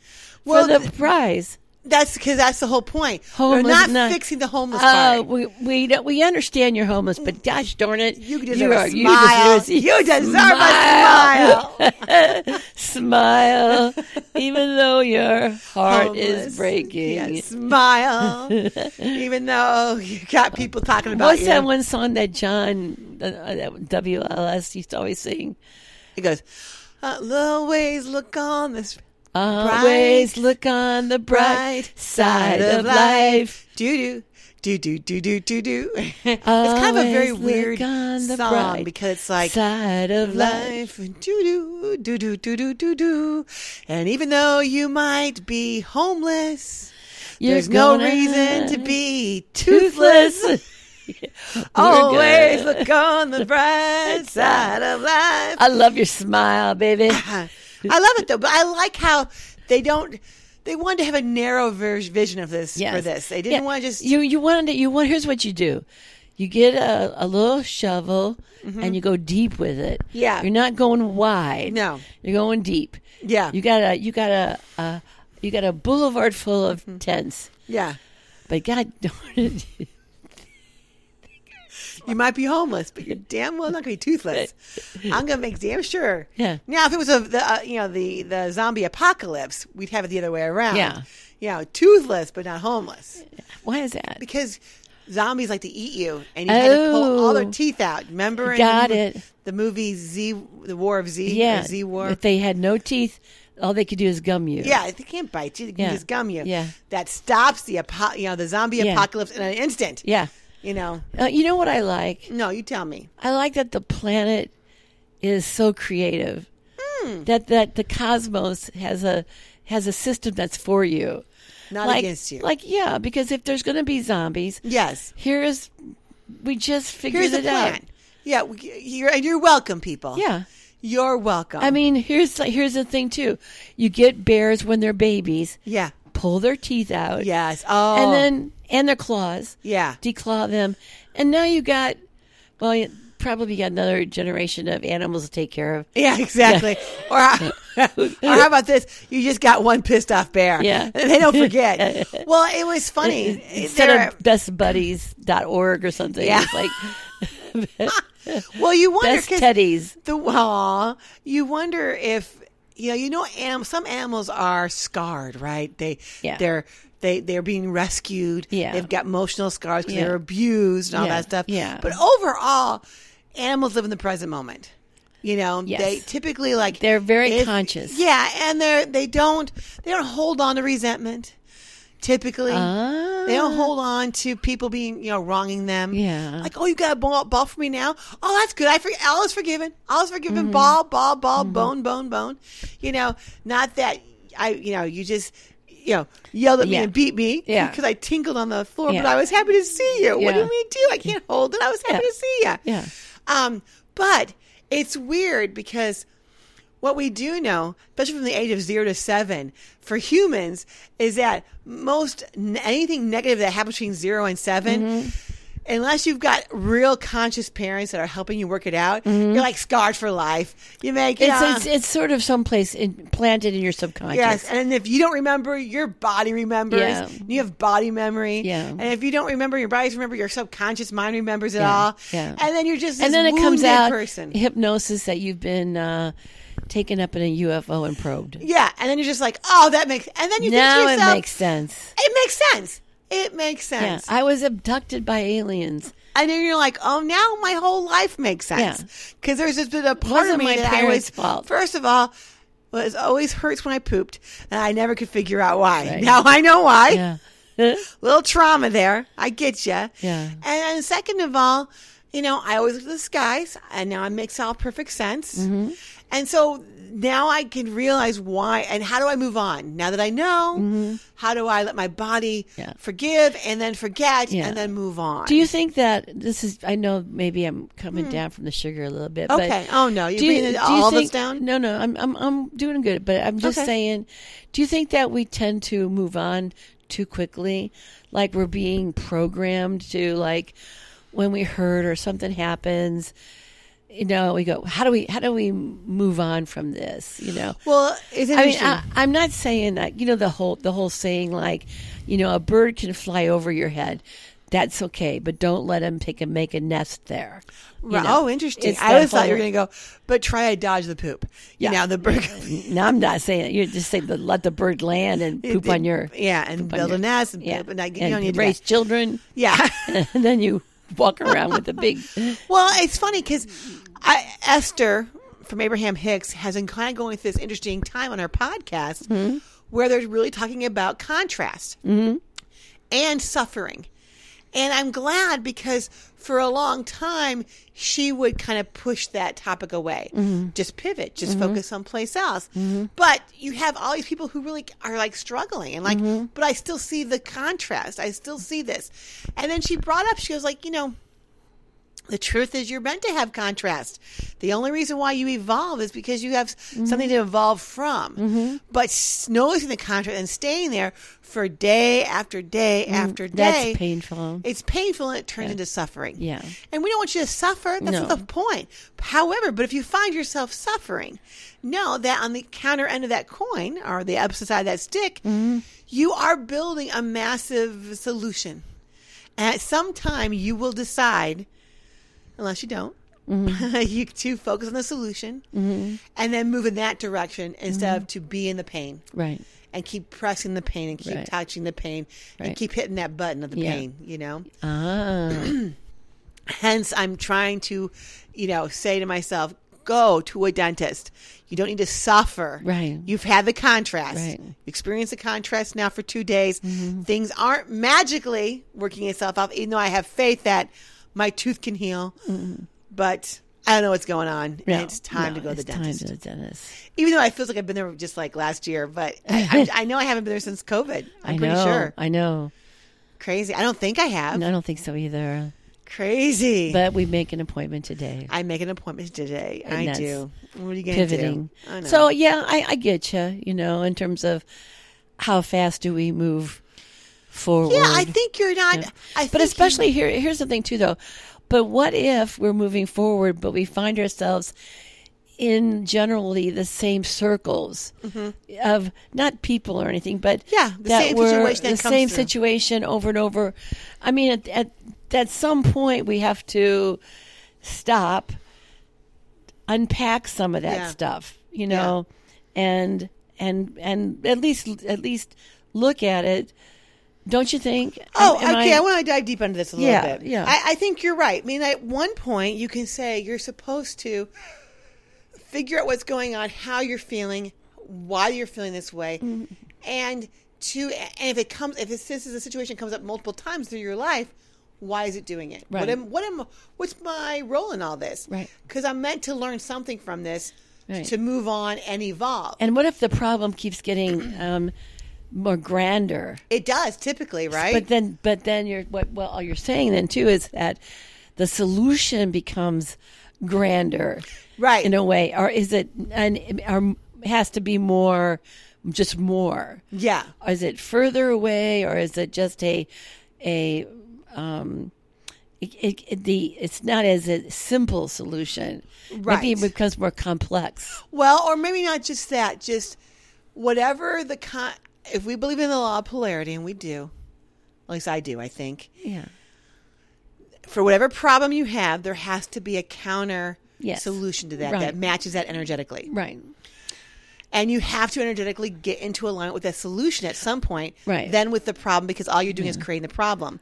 Speaker 1: Well,
Speaker 2: for the
Speaker 1: th-
Speaker 2: prize.
Speaker 1: That's because that's the whole point.
Speaker 2: Homeless,
Speaker 1: We're not,
Speaker 2: not-
Speaker 1: fixing the homeless
Speaker 2: Uh,
Speaker 1: part.
Speaker 2: we we don't- we understand you're homeless, but gosh darn it,
Speaker 1: You deserve
Speaker 2: are-
Speaker 1: a smile.
Speaker 2: You deserve,
Speaker 1: You deserve a smile.
Speaker 2: (laughs)
Speaker 1: (laughs)
Speaker 2: smile, even though your heart
Speaker 1: Homeless.
Speaker 2: is breaking.
Speaker 1: Yeah, smile,
Speaker 2: (laughs)
Speaker 1: even though you got people talking about
Speaker 2: What's
Speaker 1: you.
Speaker 2: that one song that John uh, uh, WLS used to always sing?
Speaker 1: He goes, I'll always look on this
Speaker 2: Always look on the bright
Speaker 1: bright
Speaker 2: side of life.
Speaker 1: Do do do do do do do do. (laughs) It's kind of a very
Speaker 2: Always
Speaker 1: weird
Speaker 2: look on the
Speaker 1: song
Speaker 2: bright
Speaker 1: because it's like
Speaker 2: side of life.
Speaker 1: life do do do do do do do do, and even though you might be homeless.
Speaker 2: You're
Speaker 1: There's no
Speaker 2: gonna-
Speaker 1: reason to be toothless.
Speaker 2: toothless. (laughs)
Speaker 1: (laughs) Always
Speaker 2: good.
Speaker 1: look on the bright side of life.
Speaker 2: I love your smile, baby.
Speaker 1: I love it though, but I like how they don't. They wanted to have a narrow ver- vision of this
Speaker 2: Yes.
Speaker 1: for this. They didn't
Speaker 2: Yeah.
Speaker 1: want to just.
Speaker 2: you. You wanted to, you want. Here's what you do: you get a, a little shovel and you go deep with it.
Speaker 1: Mm-hmm. Yeah.
Speaker 2: you're not going wide.
Speaker 1: No.
Speaker 2: you're going deep.
Speaker 1: Yeah.
Speaker 2: you got a you got a, a you got a boulevard full of
Speaker 1: Mm-hmm.
Speaker 2: tents.
Speaker 1: yeah,
Speaker 2: But God (laughs) darn it,
Speaker 1: you might be homeless, but you're damn well not going to be
Speaker 2: (laughs)
Speaker 1: toothless. I'm going to make damn sure.
Speaker 2: Yeah.
Speaker 1: Now, if it was a the, uh, you know the the zombie apocalypse, we'd have it the other way around.
Speaker 2: Yeah.
Speaker 1: Yeah, toothless but not homeless
Speaker 2: why is that?
Speaker 1: because zombies like to eat you, and you had to pull all their
Speaker 2: Oh.
Speaker 1: teeth out. Remember? in
Speaker 2: Got
Speaker 1: the, mo-
Speaker 2: it.
Speaker 1: The movie Z, the War of Z. or
Speaker 2: yeah,
Speaker 1: Z War.
Speaker 2: If they had no teeth, all they could do is gum you.
Speaker 1: Yeah, they can't bite you. They can
Speaker 2: Yeah.
Speaker 1: just gum you.
Speaker 2: Yeah.
Speaker 1: That stops the apo- you know the zombie
Speaker 2: Yeah.
Speaker 1: apocalypse in an instant.
Speaker 2: yeah.
Speaker 1: You know,
Speaker 2: Uh, you know what I like?
Speaker 1: no, you tell me.
Speaker 2: I like that the planet is so creative.
Speaker 1: Hmm.
Speaker 2: That that the cosmos has a has a system that's for you,
Speaker 1: Not
Speaker 2: like,
Speaker 1: against you.
Speaker 2: Like yeah, because if there's going to be zombies,
Speaker 1: yes.
Speaker 2: here is we just figured
Speaker 1: Here's a
Speaker 2: it out.
Speaker 1: plan. Yeah, we- you're, and you're welcome, people.
Speaker 2: Yeah.
Speaker 1: You're welcome.
Speaker 2: I mean, here's here's the thing too. You get bears when they're babies,
Speaker 1: yeah.
Speaker 2: pull their teeth out,
Speaker 1: Yes. Oh.
Speaker 2: and then and their claws,
Speaker 1: yeah.
Speaker 2: declaw them, and now you got, well, you probably got another generation of animals to take care of.
Speaker 1: Yeah, exactly. Or, how,
Speaker 2: (laughs)
Speaker 1: or how about this? You just got one pissed off bear.
Speaker 2: Yeah.
Speaker 1: And (laughs) they don't forget.
Speaker 2: (laughs)
Speaker 1: well, it was funny.
Speaker 2: Instead
Speaker 1: There-
Speaker 2: of bestbuddies.org or something,
Speaker 1: Yeah.
Speaker 2: it's like
Speaker 1: well, you (laughs) wonder
Speaker 2: best
Speaker 1: 'cause (laughs)
Speaker 2: teddies.
Speaker 1: the aw, you wonder if you know you know am, some animals are scarred, right? They
Speaker 2: Yeah.
Speaker 1: they're they they're being rescued.
Speaker 2: Yeah.
Speaker 1: they've got emotional scars because
Speaker 2: Yeah.
Speaker 1: they're abused and all
Speaker 2: Yeah.
Speaker 1: that stuff.
Speaker 2: Yeah.
Speaker 1: but overall, animals live in the present moment. You know,
Speaker 2: Yes.
Speaker 1: they typically like
Speaker 2: They're very
Speaker 1: if-
Speaker 2: conscious.
Speaker 1: Yeah, and they're they don't they don't hold on to resentment. Typically,
Speaker 2: Ah.
Speaker 1: they don't hold on to people being you know wronging them.
Speaker 2: Yeah.
Speaker 1: like oh, you got a ball, ball for me now. Oh, that's good. I forget. All is forgiven. All is
Speaker 2: Mm-hmm.
Speaker 1: forgiven. Ball, ball, ball. Bone, bone, bone. You know, not that I. You know, you just. You know, yelled at me
Speaker 2: Yeah.
Speaker 1: and beat me
Speaker 2: Yeah.
Speaker 1: because I tinkled on the floor, but
Speaker 2: Yeah.
Speaker 1: I was happy to see you. What do
Speaker 2: Yeah.
Speaker 1: you mean, do? I can't hold it. I was happy
Speaker 2: Yeah.
Speaker 1: to see you.
Speaker 2: Yeah.
Speaker 1: Um, but it's weird because what we do know, especially from the age of zero to seven, for humans, is that most anything negative that happens between zero and 7
Speaker 2: Mm-hmm.
Speaker 1: Unless you've got real conscious parents that are helping you work it out, you're like scarred for life. You make you
Speaker 2: Mm-hmm. It's,
Speaker 1: know,
Speaker 2: it's it's sort of someplace in, planted in your subconscious.
Speaker 1: Yes, and if you don't remember, your body remembers.
Speaker 2: Yeah.
Speaker 1: You have body memory.
Speaker 2: Yeah.
Speaker 1: And if you don't remember, your body's remember. Your subconscious mind remembers it
Speaker 2: Yeah,
Speaker 1: all.
Speaker 2: yeah.
Speaker 1: And then you're just
Speaker 2: and then it comes out
Speaker 1: person.
Speaker 2: hypnosis that you've been uh, taken up in a UFO and probed.
Speaker 1: Yeah, and then you're just like, oh, that makes. And then you
Speaker 2: now
Speaker 1: think to yourself,
Speaker 2: it makes sense.
Speaker 1: it makes sense. It makes
Speaker 2: Yeah,
Speaker 1: sense.
Speaker 2: I was abducted
Speaker 1: (laughs)
Speaker 2: by aliens.
Speaker 1: and then you're like, oh, now my whole life makes sense
Speaker 2: Yeah.
Speaker 1: because there's just been a part of
Speaker 2: Wasn't
Speaker 1: me
Speaker 2: my
Speaker 1: that I was.
Speaker 2: parents' fault.
Speaker 1: First of all. Well, it always hurts when I pooped, and I never could figure out why.
Speaker 2: Right.
Speaker 1: Now I know why.
Speaker 2: Yeah, (laughs) yeah,
Speaker 1: little trauma there. I get you.
Speaker 2: Yeah.
Speaker 1: And, and second of all, you know, I always look at the skies, and now it makes all perfect sense.
Speaker 2: Mm-hmm.
Speaker 1: And so now I can realize why and how do I move on now that I know. How do I let my body
Speaker 2: Mm-hmm. Yeah.
Speaker 1: forgive and then forget
Speaker 2: Yeah.
Speaker 1: and then move on? Hmm.
Speaker 2: Do you think that this is? I know maybe I'm coming down from the sugar a little bit.
Speaker 1: Okay.
Speaker 2: But
Speaker 1: Oh, no. You're
Speaker 2: do you-
Speaker 1: bringing
Speaker 2: do you
Speaker 1: all of us
Speaker 2: think-
Speaker 1: down?
Speaker 2: No, no. I'm I'm I'm doing good, but I'm just
Speaker 1: Okay.
Speaker 2: saying. Do you think that we tend to move on too quickly? Like we're being programmed to like when we hurt or something happens. You know, we go. How do we? How do we move on from this? You know.
Speaker 1: well, it's
Speaker 2: I mean, uh,
Speaker 1: interesting.
Speaker 2: I, I'm not saying that. You know, the whole the whole saying, like, you know, a bird can fly over your head. That's okay, but don't let him take and make a nest there. you
Speaker 1: Right.
Speaker 2: know.
Speaker 1: oh, interesting.
Speaker 2: It's
Speaker 1: I always
Speaker 2: that
Speaker 1: thought you were
Speaker 2: whole-
Speaker 1: going to go, but try to dodge the poop.
Speaker 2: Yeah.
Speaker 1: Now the bird.
Speaker 2: No, I'm not saying that. You're just saying that let the bird land and (laughs) poop on your
Speaker 1: yeah, and
Speaker 2: on
Speaker 1: build
Speaker 2: your-
Speaker 1: a nest and
Speaker 2: yeah,
Speaker 1: poop, and I, you
Speaker 2: and
Speaker 1: don't need to do
Speaker 2: raise
Speaker 1: that.
Speaker 2: children, (laughs)
Speaker 1: Yeah.
Speaker 2: and then you walk around with
Speaker 1: (laughs)
Speaker 2: a big.
Speaker 1: Well, it's funny because Esther from Abraham Hicks has been kind of going through this interesting time on her podcast where they're really talking about contrast and suffering. And I'm glad because for a long time, she would kind of push that topic away.
Speaker 2: Mm-hmm.
Speaker 1: Just pivot, just focus someplace else. But you have all these people who really are like struggling and like,
Speaker 2: Mm-hmm.
Speaker 1: but I still see the contrast. I still see this. And then she brought up, she was like, you know, the truth is you're meant to have contrast. The only reason why you evolve is because you have s-
Speaker 2: Mm-hmm.
Speaker 1: something to evolve from. But s- noticing the contrast and staying there for day after day after day
Speaker 2: Mm, That's painful.
Speaker 1: it's painful and it turns into suffering.
Speaker 2: Yeah.
Speaker 1: And we don't want you to suffer. That's
Speaker 2: No.
Speaker 1: not the point. However, but if you find yourself suffering, know that on the counter end of that coin or the opposite side of that stick,
Speaker 2: Mm-hmm.
Speaker 1: you are building a massive solution. And at some time, you will decide, unless you don't,
Speaker 2: Mm-hmm.
Speaker 1: (laughs) you to focus on the solution and then move in that direction instead
Speaker 2: Mm-hmm.
Speaker 1: of to be in the pain
Speaker 2: Right.
Speaker 1: and keep pressing the pain and keep
Speaker 2: Right.
Speaker 1: touching the pain and
Speaker 2: Right.
Speaker 1: keep hitting that button of the
Speaker 2: Yeah.
Speaker 1: pain, you know?
Speaker 2: Ah.
Speaker 1: (clears throat) Hence, I'm trying to, you know, say to myself, go to a dentist. You don't need to suffer.
Speaker 2: Right.
Speaker 1: You've had the contrast.
Speaker 2: Right. Mm-hmm.
Speaker 1: You experienced the contrast now for two days. Things aren't magically working itself out, even though I have faith that my tooth can heal. But I don't know what's going on. and
Speaker 2: Mm-hmm. No,
Speaker 1: it's time
Speaker 2: no,
Speaker 1: to go to the
Speaker 2: it's
Speaker 1: dentist.
Speaker 2: Time to the dentist.
Speaker 1: Even though I feels like I've been there just like last year,
Speaker 2: (laughs)
Speaker 1: but I, I, I know I haven't been there since COVID. I'm
Speaker 2: I
Speaker 1: pretty
Speaker 2: know.
Speaker 1: sure.
Speaker 2: I know.
Speaker 1: Crazy. I don't think I have.
Speaker 2: No, I don't think so either.
Speaker 1: Crazy.
Speaker 2: But we make an appointment today.
Speaker 1: I make an appointment today.
Speaker 2: And
Speaker 1: I
Speaker 2: that's
Speaker 1: do. What are you going to do?
Speaker 2: Pivoting.
Speaker 1: I know.
Speaker 2: So yeah, I, I get you. You know, in terms of how fast do we move forward?
Speaker 1: yeah, I think you're not. I think
Speaker 2: but
Speaker 1: you-
Speaker 2: especially here, here's the thing too, though. But what if we're moving forward, but we find ourselves in generally the same circles of not people or anything, but
Speaker 1: Mm-hmm. Yeah, the
Speaker 2: that
Speaker 1: same
Speaker 2: we're
Speaker 1: situation that
Speaker 2: the
Speaker 1: comes
Speaker 2: same
Speaker 1: through.
Speaker 2: situation over and over. I mean, at, at at some point we have to stop, unpack some of that
Speaker 1: Yeah.
Speaker 2: stuff, you know, and and and at least at least look at it. Don't you think?
Speaker 1: Oh,
Speaker 2: Am- am
Speaker 1: okay. I,
Speaker 2: I-
Speaker 1: want to dive deep into this a little
Speaker 2: Yeah,
Speaker 1: bit.
Speaker 2: yeah.
Speaker 1: I, I think you're right. I mean, at one point, you can say you're supposed to figure out what's going on, how you're feeling, why you're feeling this way,
Speaker 2: Mm-hmm.
Speaker 1: and to and if it comes, if this, this is a situation that comes up multiple times through your life, why is it doing it? What
Speaker 2: Right.
Speaker 1: am what am what's my role in all this?
Speaker 2: Right.
Speaker 1: Because I'm meant to learn something from this
Speaker 2: Right.
Speaker 1: to move on and evolve.
Speaker 2: And what if the problem keeps getting um, more grander?
Speaker 1: it does typically, right?
Speaker 2: But then, but then you're what? Well, all you're saying then too is that the solution becomes grander,
Speaker 1: Right.
Speaker 2: In a way, or is it? And or has to be more, just more.
Speaker 1: yeah.
Speaker 2: Is it further away, or is it just a a um, it, it, it- the it's not as a simple solution. Maybe
Speaker 1: Right.
Speaker 2: it becomes more complex.
Speaker 1: Well, or maybe not just that, just whatever the con. If we believe in the law of polarity, and we do, at least I do, I think,
Speaker 2: Yeah.
Speaker 1: for whatever problem you have, there has to be a counter
Speaker 2: Yes.
Speaker 1: solution to that
Speaker 2: Right.
Speaker 1: that matches that energetically.
Speaker 2: Right.
Speaker 1: And you have to energetically get into alignment with that solution at some point,
Speaker 2: Right.
Speaker 1: then with the problem, because all you're doing is creating the problem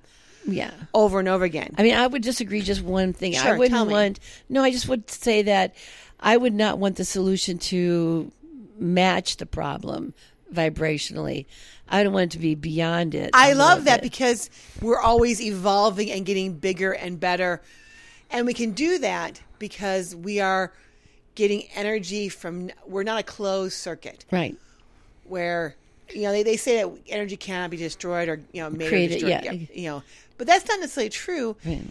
Speaker 2: Yeah.
Speaker 1: over and over again.
Speaker 2: I mean, I would disagree just one thing.
Speaker 1: Sure,
Speaker 2: I wouldn't
Speaker 1: tell me.
Speaker 2: want. No, I just would say that I would not want the solution to match the problem vibrationally. I don't want it to be beyond it.
Speaker 1: I love that
Speaker 2: it.
Speaker 1: because we're always evolving and getting bigger and better. And we can do that because we are getting energy from, we're not a closed circuit
Speaker 2: right.
Speaker 1: where, you know, they, they say that energy cannot be destroyed or, you know, made
Speaker 2: Created,
Speaker 1: or destroyed.
Speaker 2: yeah.
Speaker 1: Yep, You know, but that's not necessarily true
Speaker 2: Right.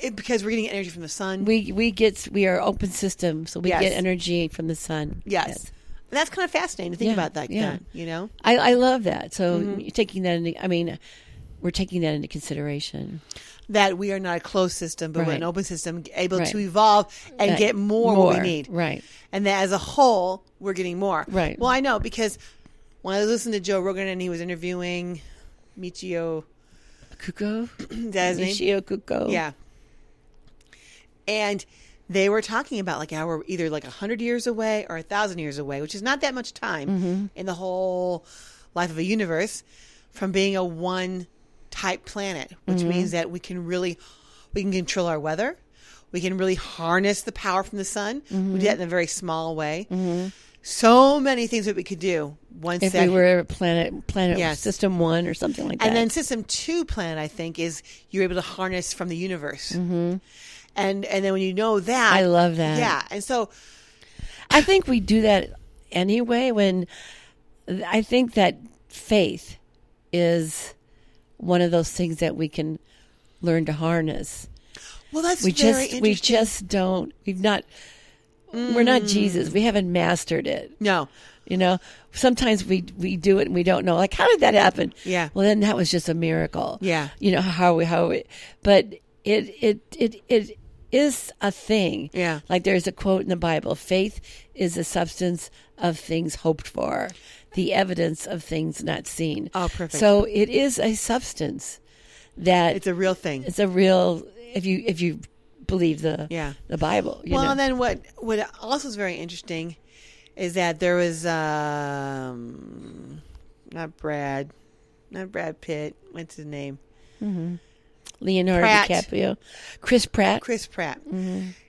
Speaker 1: it, because we're getting energy from the sun.
Speaker 2: We we get we are open system, so we
Speaker 1: Yes.
Speaker 2: get energy from the sun.
Speaker 1: yes. And that's kind of fascinating to think
Speaker 2: Yeah,
Speaker 1: about that,
Speaker 2: yeah.
Speaker 1: that, you know?
Speaker 2: I, I love that. So
Speaker 1: Mm-hmm.
Speaker 2: you're taking that, into, I mean, we're taking that into consideration.
Speaker 1: that we are not a closed system, but we're
Speaker 2: Right.
Speaker 1: an open system, able
Speaker 2: Right.
Speaker 1: to evolve and
Speaker 2: Right.
Speaker 1: get more, what
Speaker 2: More,
Speaker 1: we need.
Speaker 2: right.
Speaker 1: And that as a whole, we're getting more.
Speaker 2: Right.
Speaker 1: Well, I know because when I listened to Joe Rogan and he was interviewing Michio, (clears throat)
Speaker 2: Kuko,
Speaker 1: is that his name?
Speaker 2: Ishio Kuko.
Speaker 1: Yeah. And they were talking about like how we're either like a hundred years away or a thousand years away, which is not that much time
Speaker 2: Mm-hmm.
Speaker 1: in the whole life of a universe from being a one type planet, which
Speaker 2: Mm-hmm.
Speaker 1: means that we can really we can control our weather. We can really harness the power from the sun.
Speaker 2: Mm-hmm.
Speaker 1: We do that in a very small way. So many things that we could do once
Speaker 2: If
Speaker 1: that
Speaker 2: we were planet planet
Speaker 1: Yes.
Speaker 2: system one or something like that.
Speaker 1: and then system two plan, I think, is you're able to harness from the universe. Mm-hmm. And and then when you know that,
Speaker 2: I love that.
Speaker 1: Yeah, and so
Speaker 2: I think we do that anyway when I think that faith is one of those things that we can learn to harness.
Speaker 1: well, that's
Speaker 2: We
Speaker 1: very
Speaker 2: just
Speaker 1: interesting.
Speaker 2: we just don't we've not we're not
Speaker 1: Mm.
Speaker 2: Jesus. We haven't mastered it.
Speaker 1: no,
Speaker 2: You know, sometimes we we do it and we don't know. Like, how did that happen?
Speaker 1: Yeah.
Speaker 2: Well, then that was just a miracle.
Speaker 1: Yeah.
Speaker 2: You know how we how we, but it it it it is a thing.
Speaker 1: Yeah.
Speaker 2: Like there's a quote in the Bible: "Faith is the substance of things hoped for, the evidence of things not seen."
Speaker 1: Oh, perfect.
Speaker 2: So it is a substance that
Speaker 1: it's a real thing.
Speaker 2: it's a real if you if you believe the
Speaker 1: Yeah.
Speaker 2: the Bible. You
Speaker 1: well,
Speaker 2: know?
Speaker 1: and then what what also is very interesting is that there was um, not Brad, not Brad Pitt. What's his name?
Speaker 2: Leonardo
Speaker 1: Pratt.
Speaker 2: DiCaprio, Chris Pratt.
Speaker 1: Chris Pratt.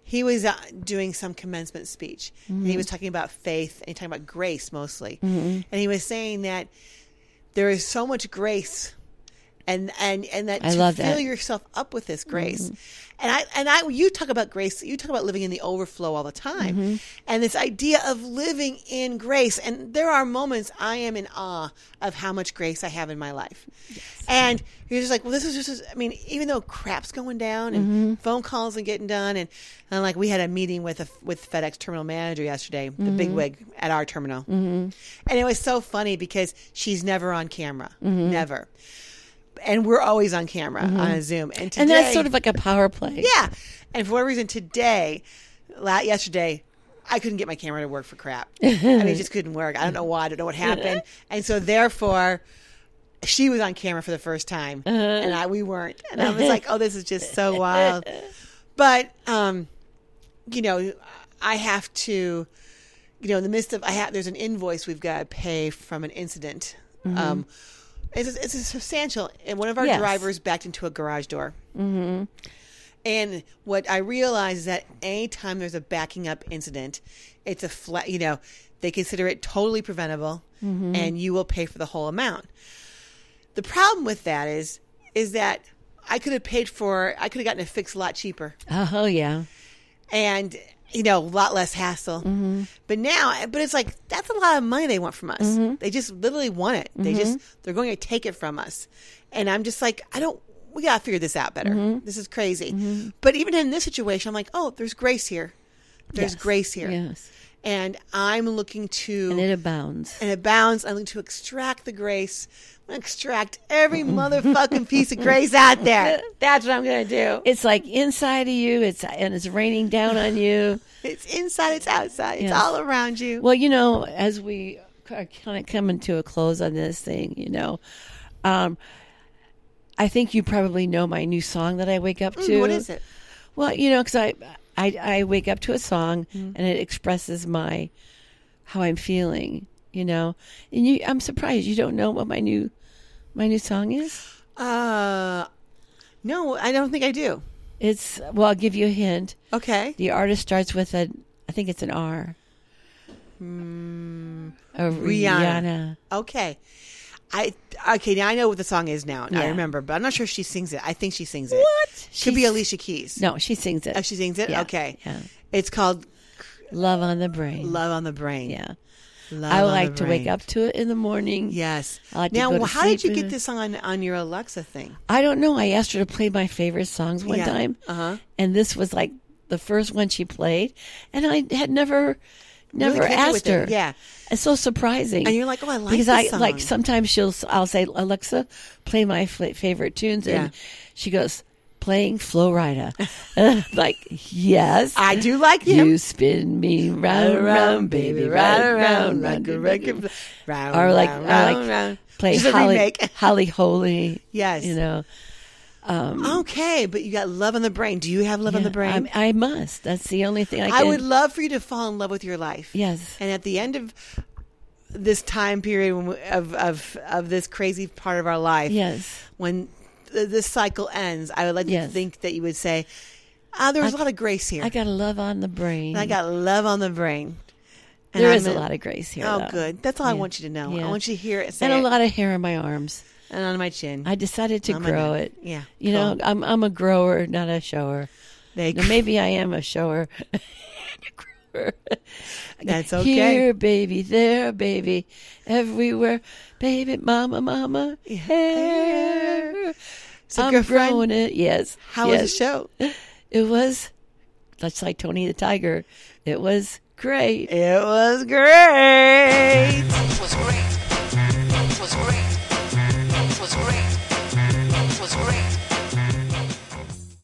Speaker 1: He was uh, doing some commencement speech, and he was talking about faith and talking about grace mostly. And he was saying that there is so much grace, and and and that
Speaker 2: I
Speaker 1: to
Speaker 2: love
Speaker 1: fill
Speaker 2: that. Mm-hmm.
Speaker 1: yourself up with this grace. And I and I you talk about grace, you talk about living in the overflow all the time,
Speaker 2: Mm-hmm.
Speaker 1: and this idea of living in grace. And there are moments I am in awe of how much grace I have in my life, and you're just like, well, this is just. I mean, even though crap's going down and
Speaker 2: Mm-hmm.
Speaker 1: phone calls and getting done, and, and like we had a meeting with a with FedEx terminal manager yesterday, the big
Speaker 2: Mm-hmm.
Speaker 1: wig at our terminal, and it was so funny because she's never on camera,
Speaker 2: Mm-hmm.
Speaker 1: never. And we're always on camera on Zoom, and today,
Speaker 2: and that's sort of like a power play.
Speaker 1: yeah. And for whatever reason, today, la- yesterday, I couldn't get my camera to work for
Speaker 2: (laughs)
Speaker 1: crap. I mean, it just couldn't work. I don't know why. I don't know what happened. And so, therefore, she was on camera for the first time,
Speaker 2: Uh-huh.
Speaker 1: and I we weren't. And I was like, "Oh, this is just
Speaker 2: (laughs)
Speaker 1: so wild." But um, you know, I have to you know, in the midst of I have there's an invoice we've got to pay from an incident. Um, it's it's a substantial, and one of our
Speaker 2: Yes.
Speaker 1: drivers backed into a garage door. Mm-hmm. And what I realize is that anytime there's a backing up incident, it's a flat. You know, they consider it totally preventable, and you will pay for the whole amount. The problem with that is, is that I could have paid for, I could have gotten a fix a lot cheaper
Speaker 2: Oh yeah.
Speaker 1: and you know a lot less hassle
Speaker 2: Mm-hmm.
Speaker 1: but now but it's like that's a lot of money they want from us
Speaker 2: Mm-hmm.
Speaker 1: they just literally want it they just they're going to take it from us and i'm just like i don't we gotta figure this out better
Speaker 2: Mm-hmm.
Speaker 1: this is crazy but even in this situation i'm like oh there's grace here there's
Speaker 2: Yes.
Speaker 1: grace here
Speaker 2: Yes.
Speaker 1: and i'm looking to
Speaker 2: And it abounds.
Speaker 1: and abounds. I'm going to extract the grace. I'm going to extract
Speaker 2: (laughs)
Speaker 1: every motherfucking piece of grace out there. That's what I'm going to do.
Speaker 2: It's like inside of you. It's and it's raining down on
Speaker 1: (sighs)
Speaker 2: you.
Speaker 1: It's inside, it's outside, it's
Speaker 2: Yes.
Speaker 1: all around you.
Speaker 2: Well, you know, as we are kind of coming to a close on this thing, you know, um, I think you probably know my new song that I wake up to.
Speaker 1: Mm, what is it?
Speaker 2: Well, you know, because I, I I wake up to a song
Speaker 1: Mm-hmm.
Speaker 2: and it expresses my how I'm feeling. You know, and you, I'm surprised you don't know what my new my new song is.
Speaker 1: Uh, no, I don't think I do.
Speaker 2: It's well, I'll give you a hint.
Speaker 1: Okay.
Speaker 2: The artist starts with a, I think it's an R. A
Speaker 1: Hmm. Rihanna.
Speaker 2: Rihanna.
Speaker 1: Okay. I okay now I know what the song is now. now I
Speaker 2: Yeah.
Speaker 1: remember, but I'm not sure if she sings it. I think she sings it.
Speaker 2: What?
Speaker 1: Should be Alicia Keys.
Speaker 2: No, she sings it.
Speaker 1: Oh, she sings it.
Speaker 2: Yeah,
Speaker 1: Okay.
Speaker 2: yeah.
Speaker 1: It's called
Speaker 2: Love on the brain.
Speaker 1: Love on the Brain.
Speaker 2: Yeah.
Speaker 1: Love
Speaker 2: I
Speaker 1: on the
Speaker 2: like to wake
Speaker 1: Brain.
Speaker 2: up to it in the morning.
Speaker 1: Yes.
Speaker 2: I like to
Speaker 1: now,
Speaker 2: go to
Speaker 1: how
Speaker 2: sleep
Speaker 1: did you
Speaker 2: in
Speaker 1: get
Speaker 2: it.
Speaker 1: this on on your Alexa thing?
Speaker 2: I don't know. I asked her to play my favorite songs one
Speaker 1: Yeah.
Speaker 2: time.
Speaker 1: Uh-huh.
Speaker 2: And this was like the first one she played. And I had never, never
Speaker 1: connected
Speaker 2: asked
Speaker 1: with it,
Speaker 2: her.
Speaker 1: yeah.
Speaker 2: It's so surprising.
Speaker 1: And you're like, oh, I like
Speaker 2: because
Speaker 1: this
Speaker 2: I
Speaker 1: song.
Speaker 2: like sometimes she'll I'll say Alexa, play my f- favorite tunes,
Speaker 1: Yeah.
Speaker 2: and she goes playing Flo Rida. (laughs) And I'm like yes,
Speaker 1: I do like him.
Speaker 2: you spin me round round, baby, round round, round and round.
Speaker 1: round,
Speaker 2: Or like,
Speaker 1: round,
Speaker 2: I
Speaker 1: round,
Speaker 2: like
Speaker 1: round.
Speaker 2: play
Speaker 1: Which is a
Speaker 2: Holly,
Speaker 1: remake. (laughs)
Speaker 2: Holly Holy.
Speaker 1: Yes.
Speaker 2: you know,
Speaker 1: Okay, but you got love on the brain. Do you have love on the
Speaker 2: Yeah,
Speaker 1: brain?
Speaker 2: I'm- I, must. That's the only thing I
Speaker 1: I
Speaker 2: can.
Speaker 1: would love for you to fall in love with your life.
Speaker 2: Yes.
Speaker 1: And at the end of this time period when we- of of of this crazy part of our life,
Speaker 2: Yes.
Speaker 1: when th- this cycle ends, I would like you to
Speaker 2: Yes.
Speaker 1: think that you would say, "Ah, there was a lot of grace here.
Speaker 2: I got a love on the brain.
Speaker 1: and I got love on the brain. And
Speaker 2: There
Speaker 1: I'm
Speaker 2: is a
Speaker 1: in-
Speaker 2: lot of grace here.
Speaker 1: Oh,
Speaker 2: though.
Speaker 1: good. That's all I
Speaker 2: Yeah.
Speaker 1: want you to know.
Speaker 2: Yeah.
Speaker 1: I want you to hear it, say
Speaker 2: and a
Speaker 1: it,
Speaker 2: lot of hair on my arms.
Speaker 1: and on my chin.
Speaker 2: I decided to
Speaker 1: On my
Speaker 2: grow
Speaker 1: neck.
Speaker 2: it.
Speaker 1: Yeah,
Speaker 2: You know,
Speaker 1: cool.
Speaker 2: I'm I'm a grower, not a shower.
Speaker 1: they,
Speaker 2: Now, maybe I am a shower. and a grower. (laughs)
Speaker 1: that's okay.
Speaker 2: Here, baby, there, baby, everywhere, baby, mama, mama, hair.
Speaker 1: So,
Speaker 2: I'm
Speaker 1: girlfriend,
Speaker 2: growing it. Yes.
Speaker 1: How
Speaker 2: yes.
Speaker 1: was the show?
Speaker 2: It was, just like Tony the Tiger. It was great.
Speaker 1: It was great.
Speaker 3: was great.